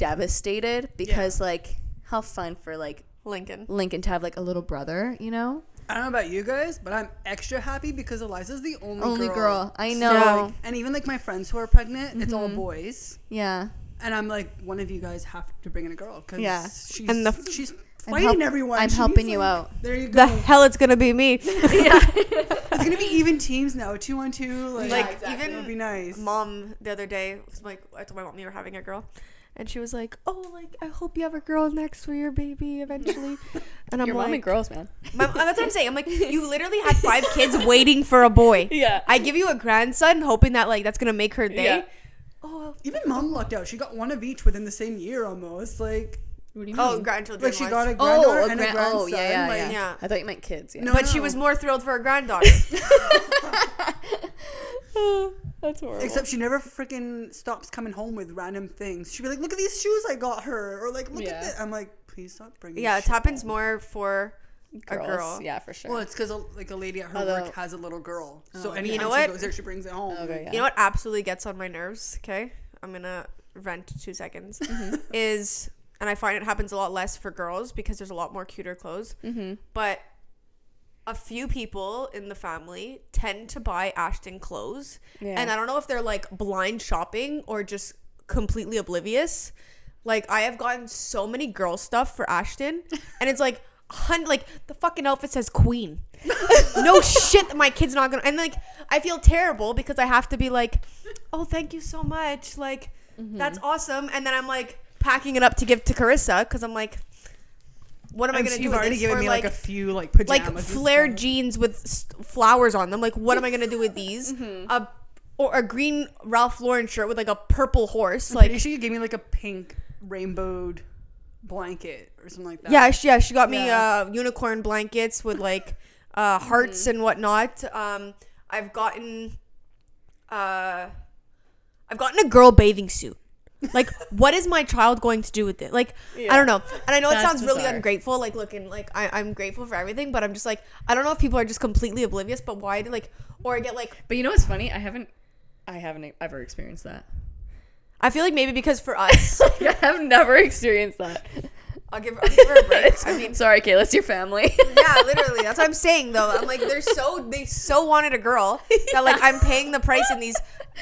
S1: devastated because like how fun for like
S5: Lincoln.
S1: Lincoln to have like a little brother, you know?
S2: I don't know about you guys, but I'm extra happy because Eliza's the only,
S1: Only girl. I know. Mm-hmm.
S3: Yeah.
S2: And even like my friends who are pregnant, it's all boys.
S1: yeah.
S2: And I'm like, one of you guys have to bring in a girl because
S1: Yeah.
S2: she's
S3: And the-
S2: she's
S1: I'm
S2: fighting
S1: help-
S2: everyone.
S1: I'm
S2: She
S1: helping
S2: needs,
S1: you
S2: like-
S1: out.
S2: There you
S3: the
S2: go.
S3: [LAUGHS] hell it's gonna be me.
S2: it's gonna be even teams now, two on two. Like,
S5: Like,
S2: even it'll be nice.
S5: mom the other day was like I told my mom we were having a girl and she was like, Oh like I hope you have a girl next for your baby eventually and I'm
S1: Your
S5: like
S1: mom and girls, man.
S3: My- uh, that's what I'm saying. I'm like, you literally had five kids waiting for a
S1: [LAUGHS]
S3: boy.
S1: Yeah.
S3: I give you a grandson, hoping that like that's gonna make her day.
S1: Yeah.
S5: Oh,
S2: even mom lucked out. She got one of each within the same year almost. Like
S5: oh grandchildren.
S2: like she got a granddaughter
S1: Oh, a
S2: and
S1: grand-
S2: a grandson.
S1: oh, yeah, yeah,
S2: like,
S1: yeah,
S5: yeah.
S1: I thought you meant kids. Yeah.
S2: No,
S3: But
S2: no.
S3: she was more thrilled for her granddaughter.
S1: [LAUGHS] That's horrible.
S2: Except she never freaking stops coming home with random things. She'd be like, "Look at these shoes I got her," or like, "Look
S1: Yeah.
S2: at this." I'm like, "Please stop bringing."
S3: yeah, it
S2: shit
S3: happens
S2: home."
S3: more for
S1: Girls,
S3: a girl.
S1: Yeah, for sure.
S2: Well, it's because like a lady at her
S1: Although-
S2: work has a little girl, so anytime
S3: Oh, You know
S2: she
S3: what?
S2: goes there, she brings it home.
S1: okay, yeah.
S3: You know what absolutely gets on my nerves? Okay, I'm gonna rent two seconds.
S1: Mm-hmm.
S3: [LAUGHS] Is and I find it happens a lot less for girls because there's a lot more cuter clothes.
S1: Mm-hmm.
S3: But a few people in the family tend to buy Ashton clothes,
S1: Yeah.
S3: and I don't know if they're like blind shopping or just completely oblivious. Like I have gotten so many girl stuff for
S1: [LAUGHS]
S3: Ashton, and it's like. Hun, like the fucking outfit says queen. no shit, that my kid's not gonna. And like, I feel terrible because I have to be like, oh, thank you so much. Like, that's awesome. And then I'm like packing it up to give to Carissa because I'm like, what am I
S2: And so
S3: gonna do?
S2: you've
S3: with
S2: already
S3: this?
S2: given
S3: Or,
S2: me like, a few like
S3: like
S2: pajamas, and
S3: flared jeans with s- flowers on them. Like, what am I gonna do with these? A or a green Ralph Lauren shirt with like a purple horse.
S2: Like,
S3: Like,
S2: she gave me like a pink rainbowed blanket or something like that.
S3: yeah, she, yeah, she got me
S2: Yeah.
S3: uh, unicorn blankets with like uh, hearts and whatnot. Um, I've gotten, uh, I've gotten a girl bathing suit. Like, what is my child going to do with it? Like, I don't know. And I know it
S1: That's
S3: sounds really
S1: bizarre.
S3: ungrateful. Like, looking like I, I'm grateful for everything, but I'm just like, I don't know if people are just completely oblivious. But why do like, or I get like
S1: but you know what's funny? I haven't, I haven't e, ever experienced [LAUGHS] that.
S3: I feel like maybe because for us,
S1: I have never experienced that.
S3: I'll give, I'll give her a break.
S1: [LAUGHS]
S3: I mean,
S1: sorry, Kayla, it's your family. [LAUGHS]
S3: yeah, literally. That's what I'm saying though. I'm like, they're so they so wanted a girl that like I'm paying the price in these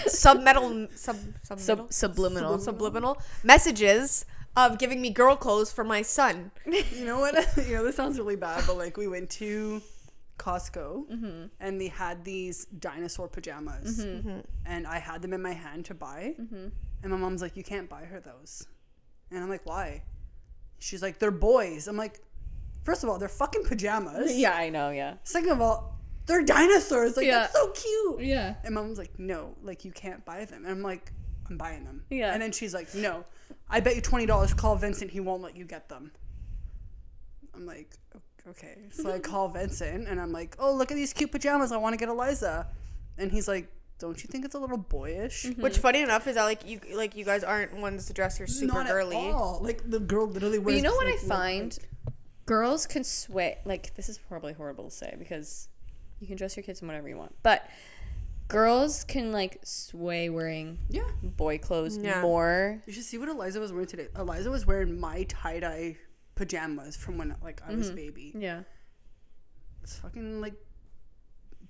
S3: submetal sub submetal
S1: Sub- subliminal.
S3: subliminal messages of giving me girl clothes for my son.
S2: You know what? [LAUGHS] you know this sounds really bad, but like we went to Costco
S1: Mm-hmm.
S2: and they had these dinosaur pajamas, and I had them in my hand to buy,
S1: Mm-hmm.
S2: and my mom's like, "You can't buy her those," and I'm like, "Why?" She's like, "They're boys." I'm like, first of all, they're fucking
S1: [LAUGHS]
S2: pajamas.
S1: yeah, I know. Yeah.
S2: Second of all, they're dinosaurs. Like
S1: Yeah.
S2: that's so cute."
S1: Yeah.
S2: And mom's like, "No, like you can't buy them," and I'm like. I'm buying them.
S1: Yeah.
S2: And then she's like, "No, I bet you twenty dollars. Call Vincent. He won't let you get them." I'm like, "O- okay. So I call Vincent and I'm like, oh, look at these cute pajamas. I want to get Eliza. And he's like, don't you think it's a little boyish?
S1: Mm-hmm.
S3: Which, funny enough, is that like you like you guys aren't ones to dress your super
S2: Not
S3: girly.
S2: at all. Like the girl literally
S1: But
S2: wears.
S1: you know what I
S2: like, look-
S1: find? Girls can sweat. Like, this is probably horrible to say because you can dress your kids in whatever you want. But girls can, like, sway wearing
S2: yeah.
S1: boy clothes
S3: Yeah.
S1: more.
S2: You should see what Eliza was wearing today. Eliza was wearing my tie dye pajamas from when like I was
S1: Mm-hmm.
S2: a baby.
S1: Yeah.
S2: It's fucking like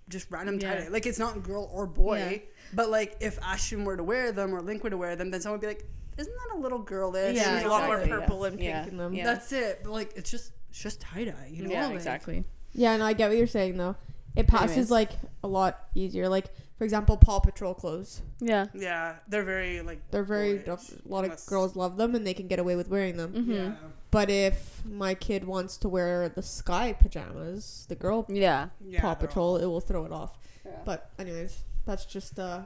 S2: just random
S1: Yeah.
S2: tie dye. Like it's not girl or boy.
S1: Yeah.
S2: But like if Ashton were to wear them or Link were to wear them, then someone would be like, isn't that a little girlish?
S1: Yeah,
S3: There's a lot more
S1: exactly, yeah.
S3: purple and pink
S1: Yeah.
S3: in them.
S1: Yeah.
S2: That's it. But like it's just it's just tie dye. You know.
S1: Yeah,
S2: like-
S1: exactly.
S6: Yeah, no, I get what you're saying though. It passes
S1: Anyways.
S6: like a lot easier. Like
S3: for example, Paw Patrol clothes.
S1: Yeah.
S2: Yeah, they're very like.
S3: They're very
S2: boyish,
S3: a lot of
S2: unless-
S3: girls love them and they can get away with wearing them.
S1: Hmm.
S2: Yeah.
S3: But if my kid wants to wear the sky pajamas, the girl
S1: Yeah.
S2: yeah
S3: Paw
S2: they're
S3: Patrol, it will throw it off.
S1: Yeah.
S3: But anyways, that's just uh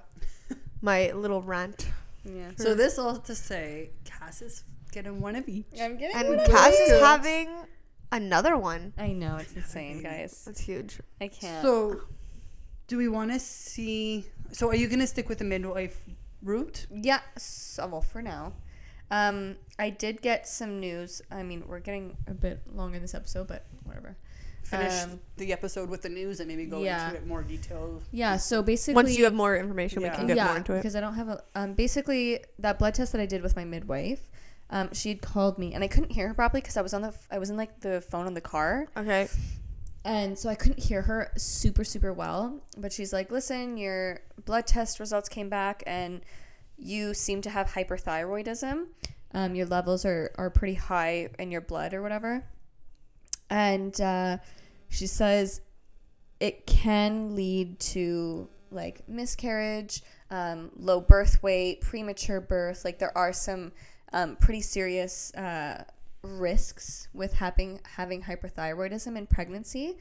S3: my little rant.
S1: Yeah.
S2: all- So this all to say, Cass is getting one of each.
S1: I'm getting
S3: And
S1: what I
S3: Cass is
S1: like.
S3: having another one.
S1: I know it's insane,
S3: [LAUGHS]
S1: guys.
S3: That's huge.
S1: I can't.
S2: So, do we want to see? So, are you gonna stick with the midwife route?
S1: yeah, so, well, for now. Um, I did get some news. I mean, we're getting a bit long in this episode, but whatever.
S2: Finish
S1: Um,
S2: the episode with the news and maybe go
S1: yeah.
S2: into it more detail.
S1: Yeah. So basically, uh,
S3: Once you have more information,
S2: Yeah.
S3: we can get
S1: yeah,
S3: more into it.
S1: because I don't have a. Um, basically, that blood test that I did with my midwife, um, she had called me and I couldn't hear her properly because I was on the f- I was in like the phone on the car,
S3: Okay.
S1: and so I couldn't hear her super super well. But she's like, "Listen, your blood test results came back, and you seem to have hyperthyroidism. Um, your levels are are pretty high in your blood or whatever." And uh, she says it can lead to like miscarriage, um, low birth weight, premature birth. Like there are some um, pretty serious uh, risks with having having hyperthyroidism in pregnancy.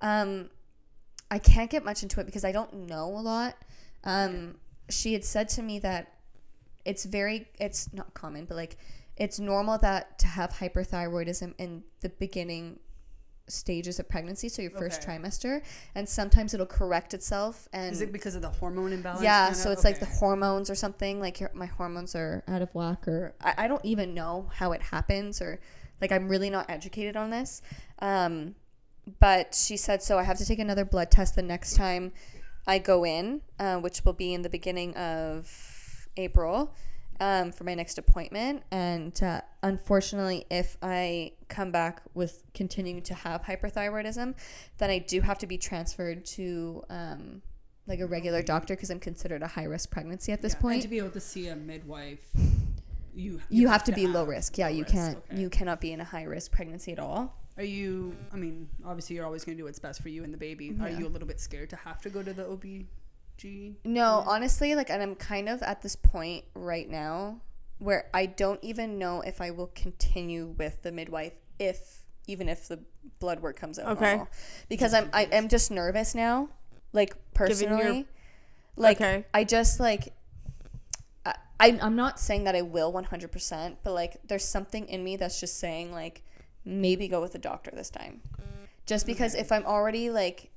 S1: Um, I can't get much into it because I don't know a lot. Um, she had said to me that it's very it's not common, but like it's normal that to have hyperthyroidism in the beginning stages of pregnancy, so your first
S2: Okay.
S1: trimester, and sometimes it'll correct itself and
S2: Is it because of the hormone imbalance?
S1: yeah,
S2: kinda?
S1: so it's like the
S2: Okay.
S1: hormones or something. Like your, my hormones are out of whack, or I, I don't even know how it happens, or like I'm really not educated on this. Um, but she said, so I have to take another blood test the next time I go in, uh, which will be in the beginning of April um, for my next appointment. And uh, unfortunately, if I come back with continuing to have hyperthyroidism, then I do have to be transferred to um, like a regular doctor because I'm considered a high risk pregnancy at this
S2: Yeah,
S1: point.
S2: and to be able to see a midwife, you
S1: you, have, to, be low
S2: have
S1: risk. Yeah,
S2: low
S1: you
S2: risk,
S1: can't.
S2: okay.
S1: You cannot be in a high risk pregnancy at all.
S2: Are you? I mean, obviously, you're always gonna do what's best for you and the baby. Are
S1: Yeah.
S2: you a little bit scared to have to go to the OBG?
S1: No, honestly, like, and I'm kind of at this point right now where I don't even know if I will continue with the midwife if even if the blood work comes out
S3: Okay.
S1: normal. because I'm I am just nervous now, like
S3: Given your-
S1: personally, like
S3: Okay.
S1: I just like. I, I- I'm not saying that I will 100%, but like there's something in me that's just saying like maybe go with a doctor this time. Just because if I'm already like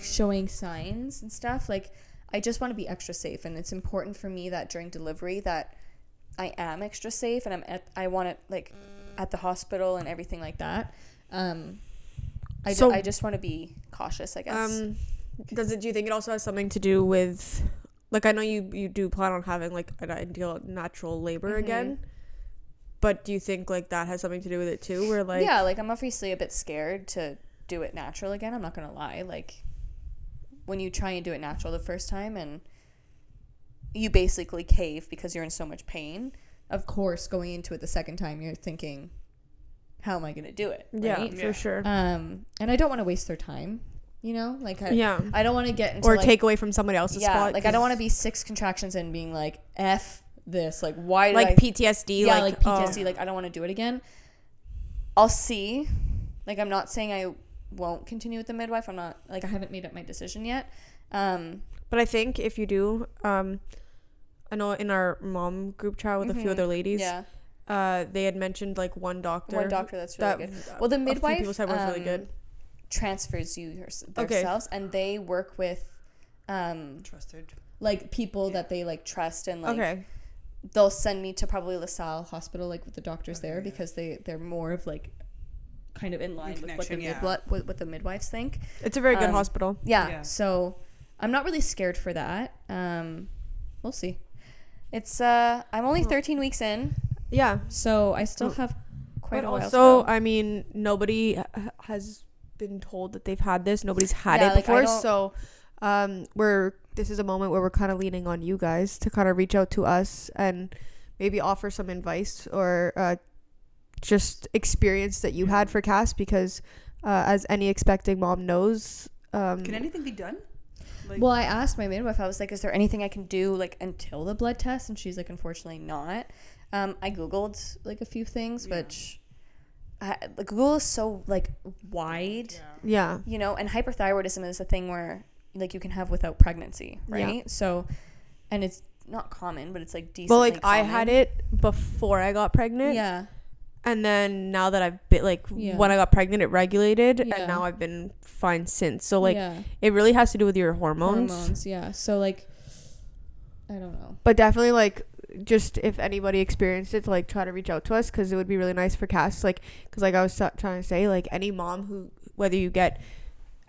S1: showing signs and stuff like i just want to be extra safe and it's important for me that during delivery that i am extra safe and i'm at i want it like at the hospital and everything like that um i, ju-
S3: So-
S1: I just want to be cautious i guess
S3: Um does it do you think it also has something to do with like I know you you do plan on having like an ideal natural labor again. But do you think like that has something to do with it too? Where like
S1: yeah like i'm obviously a bit scared to do it natural again i'm not gonna lie like when you try and do it natural the first time and you basically cave because you're in so much pain of course going into it the second time you're thinking how am i gonna do it
S3: yeah,
S1: right?
S3: for sure.
S1: um and i don't want to waste their time you know like i,
S3: yeah.
S1: I don't want to get into
S3: Or
S1: like,
S3: take away from somebody else's
S1: yeah
S3: spot.
S1: like i don't
S3: 'cause-
S1: want to be six contractions and being like f this like why did
S3: like
S1: I
S3: PTSD,
S1: yeah,
S3: like,
S1: like,
S3: oh.
S1: PTSD. Like I don't want to do it again. I'll see. Like I'm not saying I won't continue with the midwife. I'm not like I haven't made up my decision yet. Um,
S3: But I think if you do, um, I know in our mom group chat with a few
S1: Mhm.
S3: other ladies,
S1: yeah,
S3: uh, they had mentioned like one doctor.
S1: one doctor that's really
S3: that
S1: good.
S3: uh,
S1: Well, the
S3: a few
S1: midwife
S3: people said was really
S1: um,
S3: good.
S1: Transfers you yours-
S3: Okay.
S1: themselves, and they work with, um,
S2: Trusted.
S1: like people that they like trust and um, like
S3: okay.
S1: they'll send me to probably LaSalle Hospital, like with the doctors there, because they they're more of like kind of in line with what the
S2: connection, yeah.
S1: midwi- what, what the midwives think.
S3: It's a very good
S1: um,
S3: hospital.
S1: yeah,
S2: Yeah.
S1: so i'm not really scared for that um we'll see it's uh i'm only 13 weeks in
S3: Yeah.
S1: so i still have quite
S3: Oh, But
S1: a while to
S3: also,
S1: go.
S3: I mean, nobody h- has been told that they've had this. Nobody's had
S1: Yeah,
S3: it
S1: like, I
S3: before.
S1: don't-
S3: So, um, we're this is a moment where we're kind of leaning on you guys to kind of reach out to us and maybe offer some advice or uh, just experience that you had for Cass because, uh, as any expecting mom knows, um,
S2: Mm. Can anything be done? Like,
S1: Well, I asked my midwife, I was like, is there anything I can do like until the blood test? And she's like, unfortunately not. Um, I Googled like a few things, which I, like, Google is so like wide,
S3: Yeah.
S1: you know, and hyperthyroidism is a thing where like you can have without pregnancy, right? So, and it's not common, but it's like decent.
S3: But like I had it before I got pregnant.
S1: Yeah.
S3: And then now that I've been like
S1: Yeah.
S3: when I got pregnant it regulated
S1: Yeah.
S3: and now I've been fine since. So like
S1: yeah.
S3: it really has to do with your hormones.
S1: Yeah. So like, I don't know.
S3: But definitely like just if anybody experienced it to like try to reach out to us cuz it would be really nice for Cass like cuz like I was t- trying to say like any mom who whether you get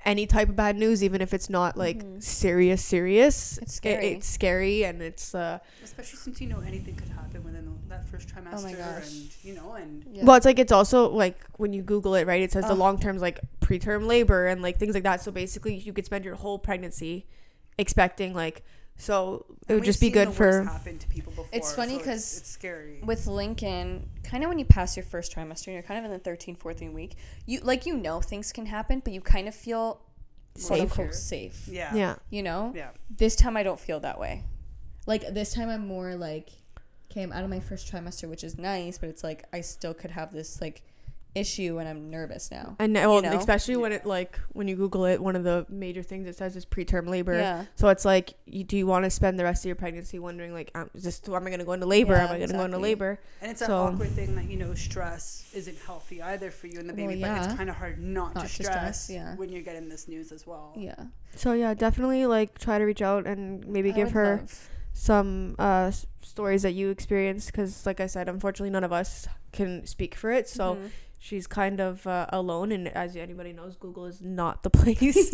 S3: any type of bad news even if it's not like serious serious
S1: Mm-hmm. It's
S3: it-
S1: scary.
S3: it's scary and it's uh
S2: especially since you know anything could happen within the- that first trimester,
S1: gosh.
S2: and you know, and
S1: Yeah. Uh-huh.
S3: Well, it's like it's also like when you Google it, right? It says the
S1: Ugh.
S3: long term's like preterm labor and like things like that. So basically, you could spend your whole pregnancy expecting like. So it
S2: and
S3: would just be
S2: we've seen
S3: good
S2: the worst
S3: for.
S2: Happen to people before,
S1: It's funny
S2: so
S1: 'cause
S2: it's, scary.
S1: with Lincoln, kind of when you pass your first trimester, and you're kind of in the 13, 14 week. You like you know things can happen, but you kind of feel quote
S3: Safe.
S1: unquote safe.
S2: yeah, yeah,
S3: Yeah.
S1: You know,
S2: yeah.
S1: this time I don't feel that way. Like this time I'm more like, okay, I'm out of my first trimester, which is nice, but it's like I still could have this like issue, and I'm nervous now.
S3: And uh, well,
S1: know?
S3: especially when it like when you Google it, one of the major things it says is preterm labor.
S1: Yeah.
S3: So it's like, you, do you want to spend the rest of your pregnancy wondering like, am, is this, am I going to go into labor?
S1: Yeah,
S3: am I going to go into
S1: exactly.
S3: labor?
S2: And it's that
S3: So-
S2: awkward thing that you know stress isn't healthy either for you and the
S1: Well,
S2: baby, but
S1: yeah.
S2: it's kind of hard not, to stress,
S1: yeah.
S2: when you're getting this news as well.
S1: Yeah,
S3: So yeah, definitely like try to reach out and maybe
S1: I
S3: give
S1: would
S3: her
S1: love-
S3: some uh, s- stories that you experienced because like i said unfortunately none of us can speak for it so
S1: Mhm.
S3: [LAUGHS] she's kind of uh, alone and as anybody knows google is not the [LAUGHS] place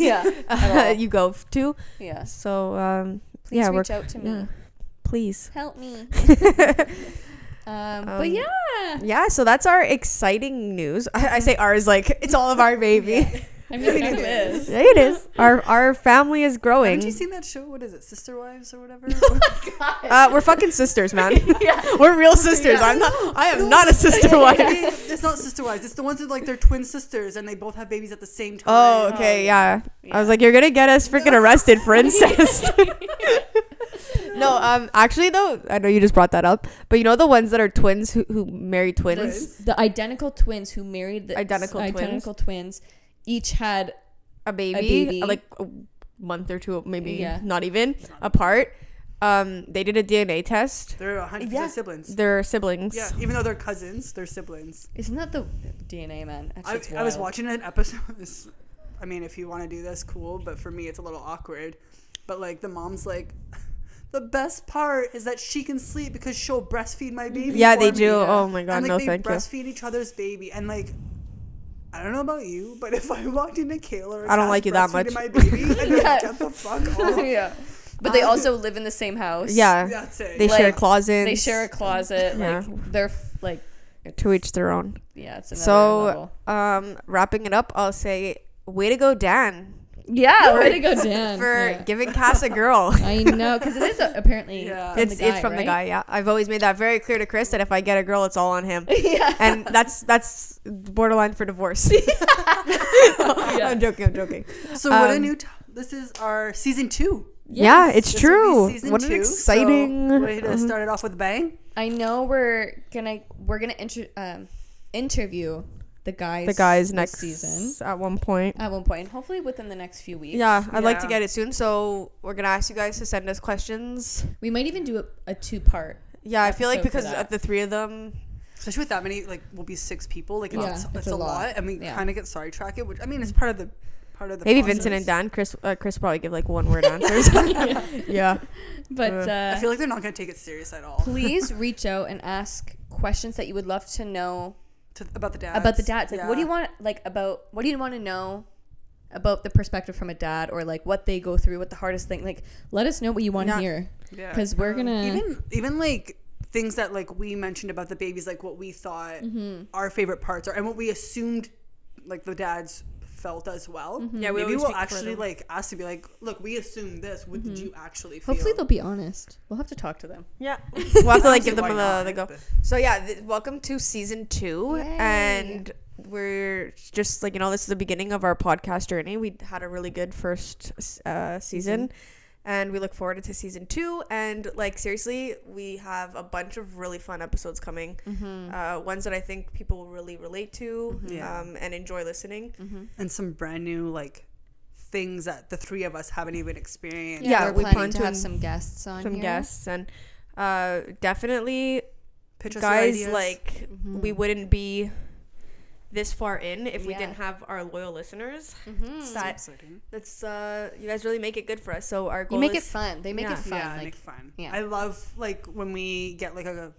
S1: [LAUGHS] yeah, at all.
S3: [LAUGHS] you go f- to
S1: yeah.
S3: so um
S1: Please
S3: Yeah, we're-
S1: reach out to me.
S3: yeah.
S1: [LAUGHS]
S3: please [LAUGHS]
S1: Help me. um, but
S3: Um,
S1: yeah,
S3: yeah so that's our exciting news i, I say ours like it's all of our baby
S1: I mean, it kind of is.
S3: [LAUGHS] yeah it is our our family is
S2: Haven't you
S3: growing
S2: seen that show? What is it, Sister Wives or whatever? [LAUGHS]
S3: uh, we're fucking
S1: [LAUGHS]
S3: sisters man we're real sisters i'm not i am not a sister wife
S2: it's not Sister Wives. It's the ones with like their twin sisters and they both have babies at the same time.
S3: Oh, okay, yeah. I was like, you're gonna get us freaking arrested
S1: [LAUGHS]
S3: for incest. no, um, actually though, I know you just brought that up, but you know the ones that are twins who, who marry twins,
S1: The identical twins who married the
S3: Identical twins?
S1: identical twins each had
S3: a baby,
S1: baby.
S3: like a month or two, maybe
S1: Yeah.
S3: not even apart. Um, they did a DNA test.
S2: They're 100% siblings.
S3: They're siblings.
S2: Yeah, even though they're cousins, they're siblings.
S1: Isn't that the DNA man? That
S2: I,
S1: shit's
S2: I was
S1: wild.
S2: watching an episode. [LAUGHS] this- I mean, if you want to do this, cool. But for me, it's a little awkward. But like, the mom's like, [LAUGHS] the best part is that she can sleep because she'll breastfeed my baby.
S3: Yeah,
S2: for
S3: they
S2: me."
S3: do. Oh my god,
S2: and like
S3: no,
S2: they
S3: thank you.
S2: breastfeed each other's baby, and like. I don't know about you, but if I walked into Kayla, or
S3: I don't
S2: Cass
S3: like you that
S2: breastfeeding
S3: much.
S2: My
S3: [LAUGHS]
S2: baby, I'd be
S1: Yeah.
S2: like, get the
S1: [LAUGHS]
S2: fuck off.
S1: yeah, but they also live in the same house.
S3: Yeah,
S2: That's it.
S3: they
S1: Like,
S3: share closets.
S1: they share a closet.
S3: Yeah.
S1: Like they're f- like
S3: to each their own.
S1: yeah, it's another
S3: So,
S1: level.
S3: um, wrapping it up, I'll say, way to go, Dan.
S1: yeah, way to
S3: [LAUGHS]
S1: go, Dan.
S3: for
S1: Yeah.
S3: giving Cass a girl.
S1: I know because it is uh, apparently
S2: Yeah.
S1: from
S3: it's
S1: the guy,
S3: it's from the
S1: right?
S3: guy. [LAUGHS] Yeah, I've always made that very clear to Chris that if I get a girl, it's all on him.
S1: [LAUGHS] yeah,
S3: And that's that's borderline for divorce. [LAUGHS] I'm joking. I'm joking.
S2: So what a
S3: Um,
S2: new. T- this is our season two.
S3: Yeah,
S1: Yes.
S3: it's
S2: This will
S3: true.
S2: be season
S3: What an
S2: two, so
S3: exciting. Mhm.
S2: way
S3: [LAUGHS]
S2: to start it off with a bang.
S1: I know we're gonna we're gonna inter- um, interview the guys
S3: the guys
S1: this
S3: next
S1: season
S3: at one point.
S1: at one point, hopefully within the next few weeks.
S3: Yeah, I'd like to
S2: Yeah.
S3: get it soon. So we're gonna ask you guys to send us questions.
S1: we might even do a, a two part.
S3: Yeah, I feel like
S1: Episode for
S3: because
S1: that.
S3: of the three of them,
S2: especially with that many like we'll be six people like it's,
S1: Yeah,
S2: it's,
S1: it's
S2: a,
S1: a
S2: lot.
S1: lot.
S2: and we
S1: Yeah.
S2: kind of get sorry track it which i mean it's part of the part of the
S3: maybe
S2: process.
S3: Vincent and Dan. Chris, uh, Chris probably give like one word answers. [LAUGHS] yeah.
S1: But uh,
S2: i feel like they're not going to take it serious at all
S1: please reach out and ask questions that you would love to know
S2: to, about the dads
S1: about the dads. Like, what do you
S2: Yeah.
S1: want? Like, about what do you want to know about the perspective from a dad, or like what they go through, what the hardest thing? Like, let us know what you want to
S3: Yeah.
S1: hear,
S2: Yeah.
S1: because we're gonna.
S2: even even like things that like we mentioned about the babies like what we thought our favorite parts are and what we assumed like the dads felt as well
S3: Yeah, we
S2: maybe
S3: always
S2: we'll
S3: speak for
S2: actually
S3: them.
S2: like ask to be like look we assumed this what did you actually feel
S1: hopefully they'll be honest. We'll have to talk to them.
S3: Yeah. [LAUGHS]
S7: [LAUGHS]
S3: We'll have to like
S2: Honestly,
S3: give them
S2: why
S3: the,
S2: not?
S3: the go.
S2: But-
S3: So yeah, th- welcome to season two.
S1: Yay.
S3: And we're just like you know this is the beginning of our podcast journey. We had a really good first uh, season, and we look forward to season two. And like seriously, we have a bunch of really fun episodes coming.
S1: Mm-hmm.
S3: Uh, ones that I think people will really relate to
S2: Yeah.
S3: um, and enjoy listening.
S1: Mm-hmm.
S2: and some brand new like things that the three of us haven't even experienced.
S3: Yeah,
S7: we're
S3: we
S7: planning
S3: plan
S7: to
S3: to
S7: have
S3: in-
S7: some guests on
S3: Some
S7: here.
S3: guests and uh, definitely
S2: Pitch us your
S3: guys
S2: ideas.
S3: like
S7: Mm-hmm.
S1: Mm-hmm.
S3: we wouldn't be this far in if we
S7: Yeah.
S3: didn't have our loyal listeners
S7: Mm-hmm. Hmm.
S2: So
S3: that
S2: exciting.
S3: that's uh you guys really make it good for us so our goal
S7: You make it
S3: is
S7: fun. They make
S3: Yeah.
S7: it fun.
S2: yeah,
S7: like,
S2: make fun.
S7: yeah.
S2: I love like when we get like a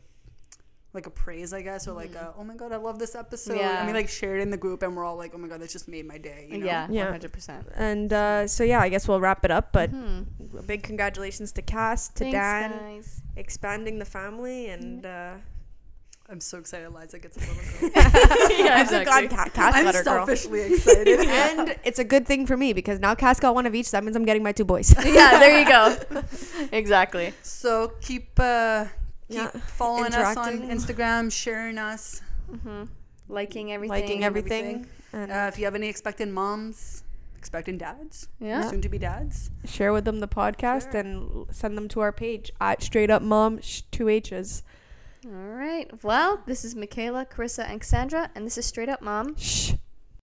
S2: like a praise, I guess, or like a oh my god, I love this episode.
S7: Mm-hmm. Yeah.
S2: And we like share it in the group, and we're all like, oh my god, this just made my day. You know?
S7: yeah,
S3: Yeah.
S7: one hundred percent.
S3: and uh so yeah i guess we'll wrap it up but
S7: Mm-hmm.
S3: a big congratulations to cass to dan
S7: guys. Mm-hmm.
S3: expanding the family and uh
S2: I'm so excited. Liza gets a
S3: [LAUGHS]
S2: little girl.
S3: uh,
S7: [LAUGHS] yeah,
S3: i'm so glad Ca- cass
S2: I'm
S3: got her girl
S2: selfishly excited.
S3: [LAUGHS] and it's a good thing for me because now cass got one of each that means i'm getting my two boys
S7: [LAUGHS] [LAUGHS] yeah, there you go. [LAUGHS] exactly.
S2: So keep uh, keep
S3: Yeah.
S2: following us on
S3: Interacting.
S2: Instagram, sharing us,
S7: Mm-hmm. Liking everything.
S3: [LAUGHS] liking everything and
S2: Uh, if you have any expecting moms, expecting dads,
S7: Yeah.
S2: soon to be dads,
S3: share with them the podcast and l- send them to our page at straight up mom sh- two h's
S7: All right. Well, this is Michaela, Carissa, and Cassandra, and this is Straight Up Mom.
S3: Shh.